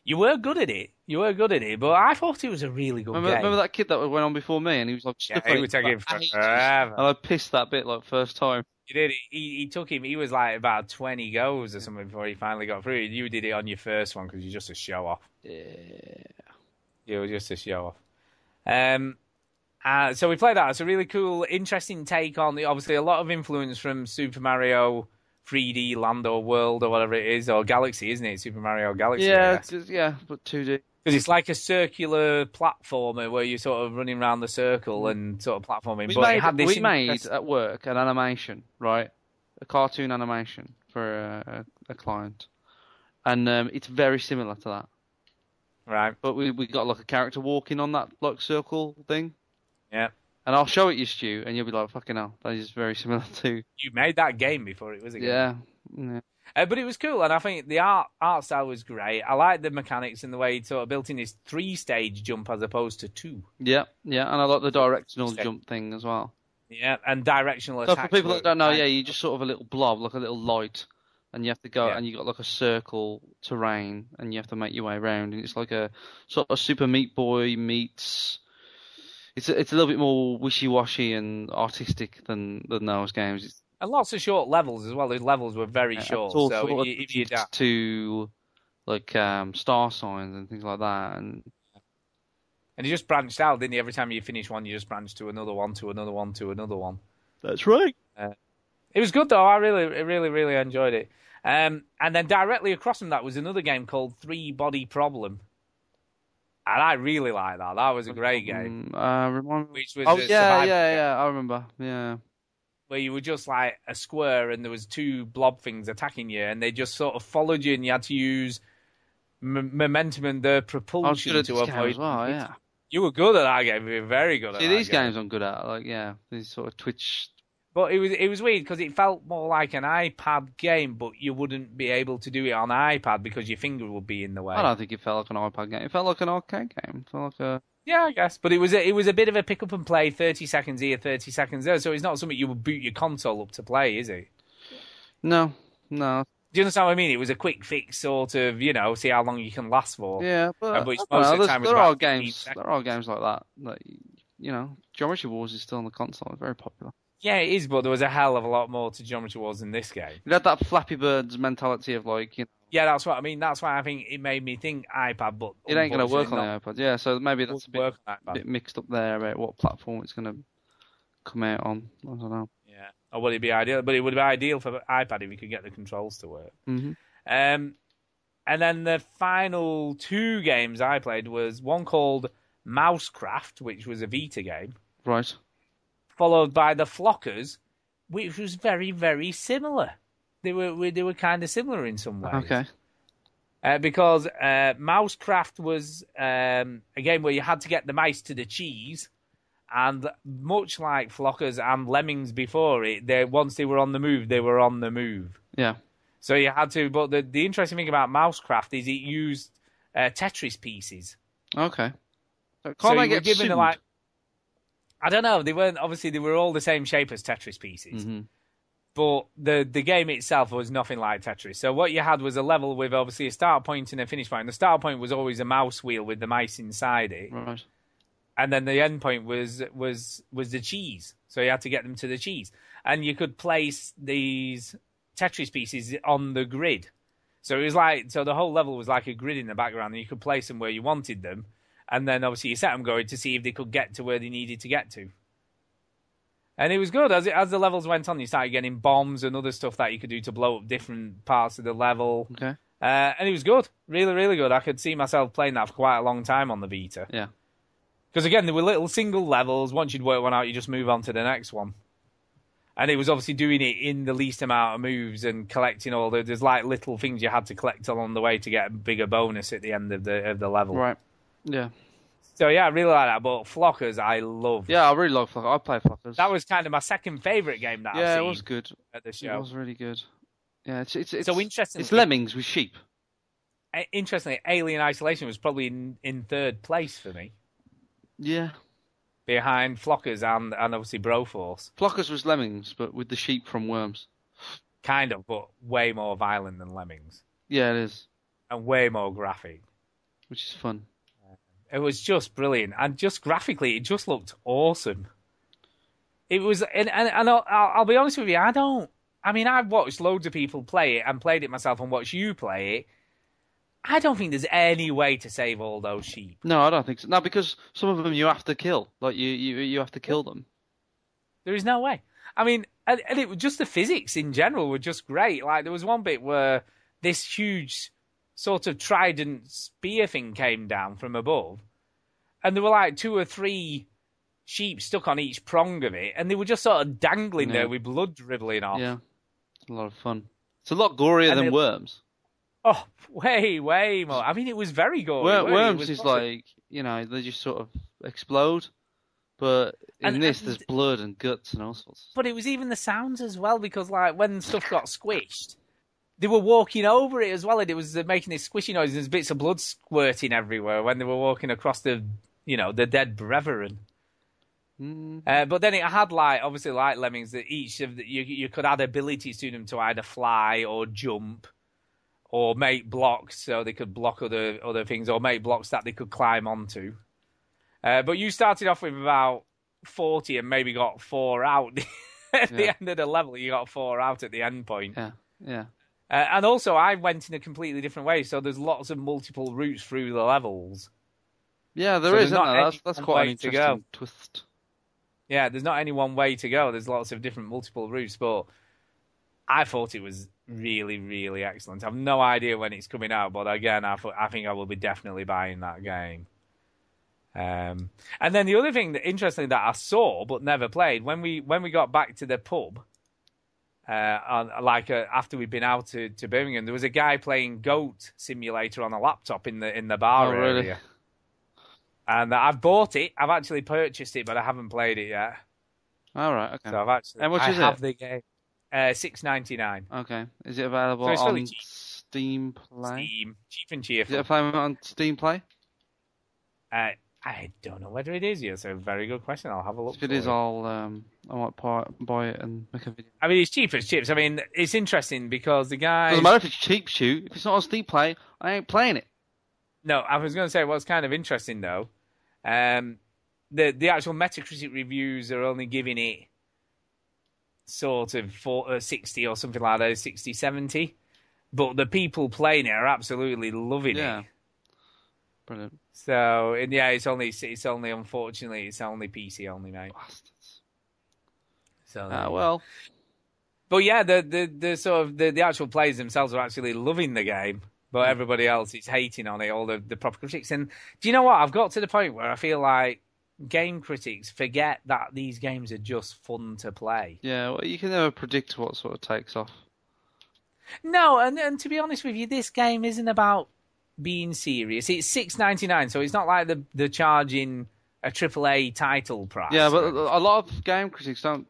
You were good at it. You were good at it, but I thought it was a really good
Remember,
game.
remember that kid that went on before me, and he was like,
Yeah,
stuck on
it would take him
for ages.
forever.
and I pissed that bit like first time.
You did. it. He, he took him. He was like about twenty goals or something before he finally got through. You did it on your first one because you're just a show off. Yeah, you were just a show off. Um, uh, so we played that. It's a really cool, interesting take on the obviously a lot of influence from Super Mario 3D Land or World or whatever it is or Galaxy, isn't it? Super Mario Galaxy.
Yeah, just- yeah, but 2D.
because it's like a circular platformer where you're sort of running around the circle and sort of platforming.
Mm. We
but it had
made
this
we made
interest-
at work an animation, right? A cartoon animation for a, a, a client, and um, it's very similar to that.
right.
But we we got like a character walking on that like circle thing,
Yeah,
and I'll show it you, Stu, and you'll be like, "Fucking hell, that is very similar to."
you made that game before it was a game.
Yeah, yeah.
Uh, but it was cool, and I think the art art style was great. I liked the mechanics and the way he sort of built in his three stage jump as opposed to two.
Yeah, yeah, and I like the directional
Step.
jump thing as well.
Yeah, and directional
So for
attacks
people
were-
that don't know, yeah, you just sort of a little blob, like a little light, and you have to go
Yeah.
and you got like a circle terrain, and you have to make your way around, and it's like a sort of Super Meat Boy meets. It's a, it's a little bit more wishy washy and artistic than than those games. It's uh,
and lots of short levels as well. Those levels were very short,
it's all
so
sort
if
of
you, if you
linked
da-
to like um, star signs and things like that, and
and you just branched out, didn't you? Every time you finish one, you just branched to another one, to another one, to another one.
that's right.
It was good though. I really, really, really enjoyed it. Um, and then directly across from that was another game called Three Body Problem, and I really liked that. That was a great game.
uh, remind me.
Which was
Oh
a
yeah,
survival
yeah,
game.
yeah. I remember. Yeah.
where you were just like a square and there was two blob things attacking you and they just sort of followed you and you had to use m- momentum and the
I was good
propulsion
at
to
this game
avoid
as well, yeah.
you were good at that game you were very good at
See,
that
these
game.
games I'm good at, like yeah, these sort of Twitch.
but it was it was weird because it felt more like an ipad game but you wouldn't be able to do it on ipad because your finger would be in the way
I don't think it felt like an iPad game. It felt like an arcade game. It felt like a
yeah i guess but it was a, it was a bit of a pick up and play 30 seconds here 30 seconds there so it's not something you would boot your console up to play is it
no, no,
do you understand what I mean? It was a quick fix, sort of, you know, see how long you can last for.
yeah. But,
but
I
it's most
don't know,
of the
there's-
time it's
there
about
are
15
games. There are games like that. That you know, Geometry Wars is still on the console. It's very popular.
Yeah, it is, but there was a hell of a lot more to Geometry Wars in this game.
It had that Flappy Birds mentality of like, you know,
Yeah, that's what I mean. That's why I think it made me think iPad, but
it ain't gonna work on
unfortunately
the iPad. Yeah, so maybe
not
that's a bit,
work on iPad.
bit mixed up there about what platform it's gonna come out on. I don't know.
Yeah, or would it be ideal? But it would be ideal for iPad if you could get the controls to work.
hmm
Um, and then the final two games I played was one called Mousecraft, which was a Vita game,
Right.
followed by the Flockers, which was very, very similar. They were they were kind of similar in some ways.
Okay.
uh, because uh, Mousecraft was um, a game where you had to get the mice to the cheese, and much like Flockers and Lemmings before it, they once they were on the move, they were on the move.
Yeah.
So you had to. But the the interesting thing about Mousecraft is it used uh, Tetris pieces.
Okay. Can't
So
I
you were
get
given
sued?
like. I don't know. They weren't obviously they were all the same shape as Tetris pieces
Mhm.
but the the game itself was nothing like Tetris. So what you had was a level with obviously a start point and a finish point. The start point was always a mouse wheel with the mice inside it,
Right.
and then the end point was was was the cheese. So you had to get them to the cheese, and you could place these Tetris pieces on the grid. So it was like so the whole level was like a grid in the background, and you could place them where you wanted them, and then obviously you set them going to see if they could get to where they needed to get to. And it was good as it, as the levels went on. You started getting bombs and other stuff that you could do to blow up different parts of the level,
Okay.
uh, and it was good, really, really good. I could see myself playing that for quite a long time on the Vita.
Yeah.
Because again, there were little single levels. Once you'd work one out, you just move on to the next one. And it was obviously doing it in the least amount of moves and collecting all the there's like little things you had to collect along the way to get a bigger bonus at the end of the of the level.
Right. Yeah.
So yeah, I really like that. But Flockers, I love.
Yeah, I really like Flockers. I play Flockers.
That was kind of my second favorite game that I've
yeah, it
seen
was good.
at the
It
show.
was really good. Yeah, it's it's, it's
So interestingly-
It's lemmings with sheep.
A- Interestingly, Alien Isolation was probably in, in third place for me.
Yeah.
behind Flockers and, and obviously Broforce.
Flockers was Lemmings, but with the sheep from Worms.
Kind of, but way more violent than Lemmings
Yeah, it is,
and way more graphic.
which is fun.
It was just brilliant, and just graphically, it just looked awesome. It was, and and, and I'll, I'll I'll be honest with you, I don't. I mean, I've watched loads of people play it and played it myself, and watched you play it. I don't think there's any way to save all those sheep.
No, I don't think so. No, because some of them you have to kill. Like you, you, you have to kill them.
There is no way. I mean, and, and it was just the physics in general were just great. Like there was one bit where this huge sort of trident spear thing came down from above, and there were like two or three sheep stuck on each prong of it, and they were just sort of dangling
Yeah.
there with blood dribbling off.
Yeah, it's a lot of fun. It's a lot gorier
Oh. And
than
it-
Worms.
Oh, way, way more. I mean, it was very gory.
Wor-
wasn't Oh, it? It
worms
was
is
proper-
like you know they just sort of explode, but in
And-
this
and-
there's blood and guts and all sorts.
but it was even the sounds as well because like when stuff got squished they were walking over it as well and it was uh, making this squishy noise and there's bits of blood squirting everywhere when they were walking across the you know the dead brethren uh, but then it had like obviously like lemmings that each of the, you you could add abilities to them to either fly or jump or make blocks so they could block other other things or make blocks that they could climb onto. Uh, but you started off with about forty and maybe got four out at the
Yeah.
end of the level. You got four out at the end point.
Yeah, yeah,
Uh, and also, I went in a completely different way, so there's lots of multiple routes through the levels.
yeah. There
So
is.
there's not
isn't there?
any
That's that's
one
quite an
way to
interesting
go.
twist.
Yeah, there's not any one way to go. There's lots of different multiple routes, but I thought it was really, really excellent. I've no idea when it's coming out, but again, I, thought, I think I will be definitely buying that game. Um, and then the other thing that interesting that I saw but never played when we when we got back to the pub, uh, on, like uh, after we'd been out to, to Birmingham, there was a guy playing Goat Simulator on a laptop in the in the bar
Oh,
area.
really?
And I've bought it. I've actually purchased it, but I haven't played it yet.
All right. Okay.
So I've actually.
How much
I
is it?
have the game. Uh, six ninety nine.
Okay. Is it available
So it's
on
really cheap.
Steam Play?
Steam, cheap and
Is it
cheerful.
available on Steam Play?
Uh, I don't know whether it is yet. So very good question. I'll have a look.
If it
for
is, I'll um, I might buy, buy it and make a video.
I mean, it's cheap as chips. I mean, it's interesting because the guy.
Doesn't matter if it's cheap, shoot. If it's not on Steam Play, I ain't playing it.
No, I was going to say what's kind of interesting though. Um, the the actual Metacritic reviews are only giving it sort of four, uh, 60 or something like that, 60, 70. But the people playing it are absolutely loving
Yeah.
it.
Brilliant.
So and yeah, it's only it's only unfortunately it's only PC only, mate.
Bastards.
So
Ah, well.
but yeah, the the the sort of the, the actual players themselves are actually loving the game, but
Mm.
everybody else is hating on it. All the the proper critics. And do you know what? I've got to the point where I feel like game critics forget that these games are just fun to play.
Yeah, well, you can never predict what sort of takes off.
No, and and to be honest with you, this game isn't about being serious. It's six ninety nine, so it's not like the the charging a triple A title price.
Yeah,
or
but a lot of game critics don't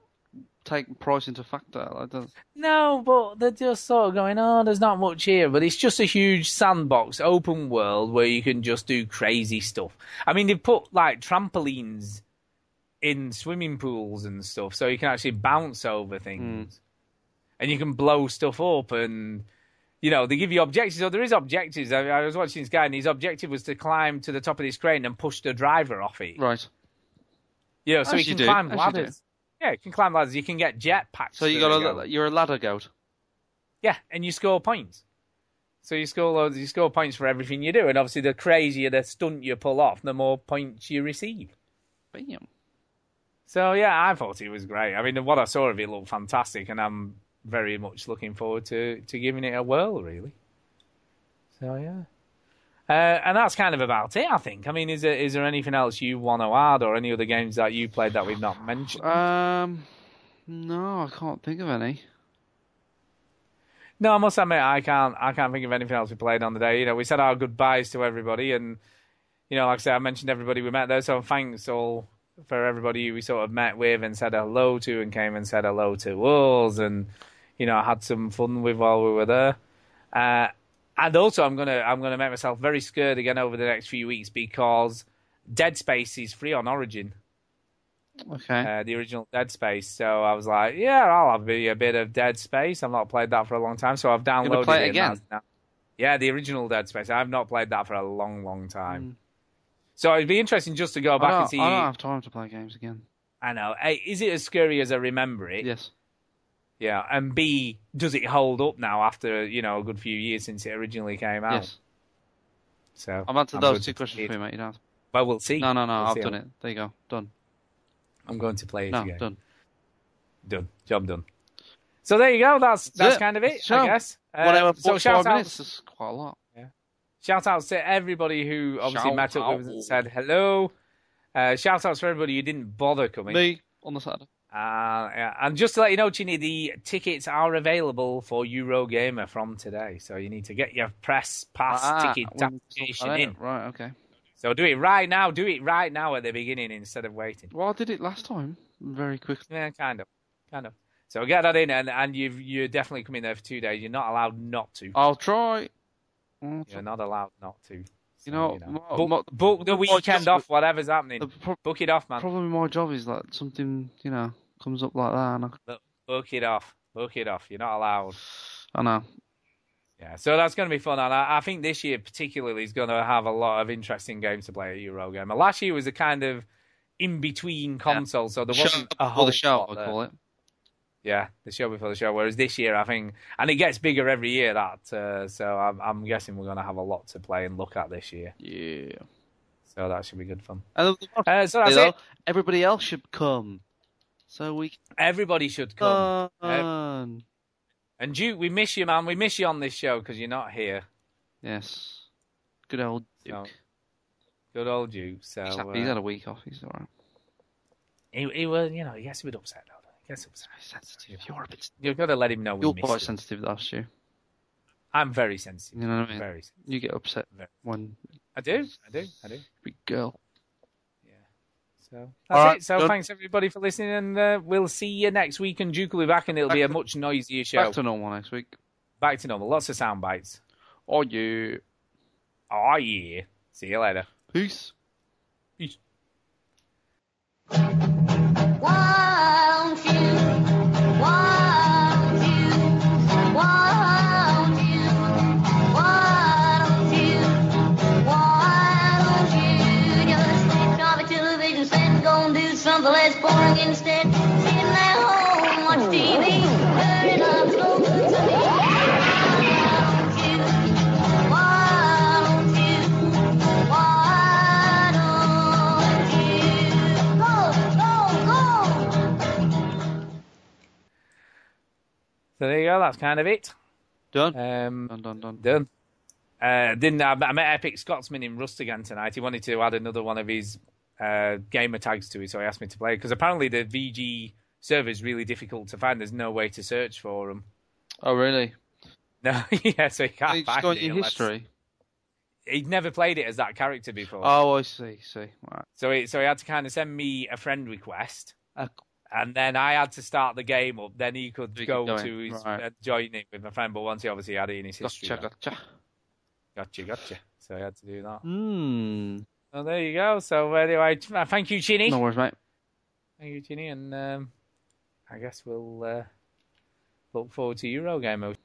take price into factor. Like that.
No, but they're just sort of going, oh, there's not much here. But it's just a huge sandbox, open world where you can just do crazy stuff. I mean, they've put like trampolines in swimming pools and stuff, so you can actually bounce over
Hmm.
things and you can blow stuff up. And, you know, they give you objectives. So there is objectives. I, I was watching this guy, and his objective was to climb to the top of this crane and push the driver off it.
Right.
Yeah, so
As
he
you
can
do,
climb
as you do.
ladders. Yeah, you can climb ladders. You can get jetpacks.
So you
for the
got a,
goal.
you're a ladder goat.
Yeah, and you score points. So you score loads, you score points for everything you do, and obviously the crazier the stunt you pull off, the more points you receive.
Bam.
So yeah, I thought it was great. I mean, what I saw of it looked fantastic, and I'm very much looking forward to to giving it a whirl, really. So yeah, uh, and that's kind of about it, I think. I mean, is there is there anything else you want to add, or any other games that you played that we've not mentioned?
Um, no, I can't think of any.
No, I must admit, I can't. I can't think of anything else we played on the day. You know, we said our goodbyes to everybody, and you know, like I said, I mentioned everybody we met there. So thanks all for everybody we sort of met with and said hello to, and came and said hello to us, and you know, had some fun with while we were there. Uh, and also, I'm gonna I'm gonna make myself very scared again over the next few weeks because Dead Space is free on Origin,
Okay.
uh, the original Dead Space. So I was like, yeah, I'll have a, a bit of Dead Space. I've not played that for a long time, so I've downloaded
play it
and
again?
that's now- yeah, the original Dead Space. I've not played that for a long, long
Hmm.
time. So it'd be interesting just to go
I
back and
don't,
see.
I don't have time to play games again.
I know. A, is it as scary as I remember it?
Yes.
Yeah. And B, does it hold up now after you know a good few years since it originally came out?
Yes.
So
I've answered
I'm going
those two
to
questions
play it.
for you, mate. You don't have...
Well, we'll see.
No, no, no.
We'll
I've
see.
done it. There you go. Done.
I'm going to play it
No,
again.
done.
done. Job done. So there you go. That's that's,
it.
kind of it,
So,
I guess. Uh,
One hour,
so
45
shout
minutes.
out,
That's quite a lot.
shout outs to everybody who obviously
Shout
met up with us
out.
and said hello. Uh, shout outs for everybody who didn't bother coming.
Me on the Saturday.
Uh, yeah, and just to let you know, Chini, the tickets are available for Eurogamer from today. So you need to get your press pass
Ah,
ticket
when we talk
application
about it.
in.
Right, okay.
So do it right now. Do it right now at the beginning instead of waiting.
Well, I did it last time very quickly.
Yeah, kind of, kind of. So get that in, and, and you've you're definitely coming there for two days. You're not allowed not to.
I'll try. I'll try.
You're not allowed not to. So,
know, my-
book,
my-
book the
my
weekend
just-
off, whatever's happening.
The pro-
book it off, man.
problem with my job is that something, you know, comes up like that, and I,
book it off. Book it off. You're not allowed.
I know.
Yeah, so that's going to be fun, and I, I think this year particularly is going to have a lot of interesting games to play at Eurogamer. Last year was a kind of in between console, so there wasn't a
Or
whole
the shout,
lot
I
there.
call it.
Yeah, the show before the show. Whereas this year, I think, and it gets bigger every year. That uh, so I'm, I'm guessing we're going to have a lot to play and look at this year.
Yeah.
So that should be good fun.
And the one
Uh, so
thing,
that's
though,
it.
everybody else should come. So we
Everybody should come.
can.
and Duke, we miss you, man. We miss you on this show because you're not here.
Yes. Good old Duke.
So, Good old Duke. So
he's, happy.
uh,
he's had a week off. He's all right.
he, he was, you know, he gets a bit upset. Though. He gets upset.
He's sensitive. You're a bit.
You've got to let him know we
You're
miss
quite
him.
sensitive, that's you.
I'm very sensitive.
You know what I mean?
Very. sen-
You get upset
Very.
when
I do. I do. I do.
big girl.
So that's
All right,
it. So
done.
thanks everybody for listening, and uh, we'll see you next week. And Duke will be back, and it'll be a
Back to-
much noisier show.
Back to normal next week.
back to normal. Lots of sound bites.
Oh yeah.
Oh yeah. See you later.
Peace.
Peace.
Won't you? Won't you? Won't you? Won't you? Won't you just take off the television set and go and do something less boring instead? Sitting at home, watch TV, hurry up, slow food to eat. Won't you? Won't you? Why don't you go, go, go?
So there you go. That's kind of it.
Done.
Um,
done. Done. Done.
done. Uh, didn't I, I met Epic Scotsman in Rust again tonight. He wanted to add another one of his uh, gamer tags to it, so he asked me to play because apparently the VG server is really difficult to find. There's no way to search for them.
Oh really?
No, yeah, so Ah, you can't
You just
find
got
it
your
unless-
history.
He'd never played it as that character before.
Oh, I see. See. Right.
So he, so he had to kind of send me a friend request,
Uh,
and then I had to start the game up. Then he could
You
go
could join,
to his
right.
uh, join it with my friend. But once he obviously had it in his history,
gotcha.
then-
Gotcha.
gotcha, gotcha. So I had to do that.
Hmm.
So there you go. So anyway, t- uh, thank you, Chini.
No worries, mate.
Thank you, Chini, and um, I guess we'll uh, look forward to Eurogamer.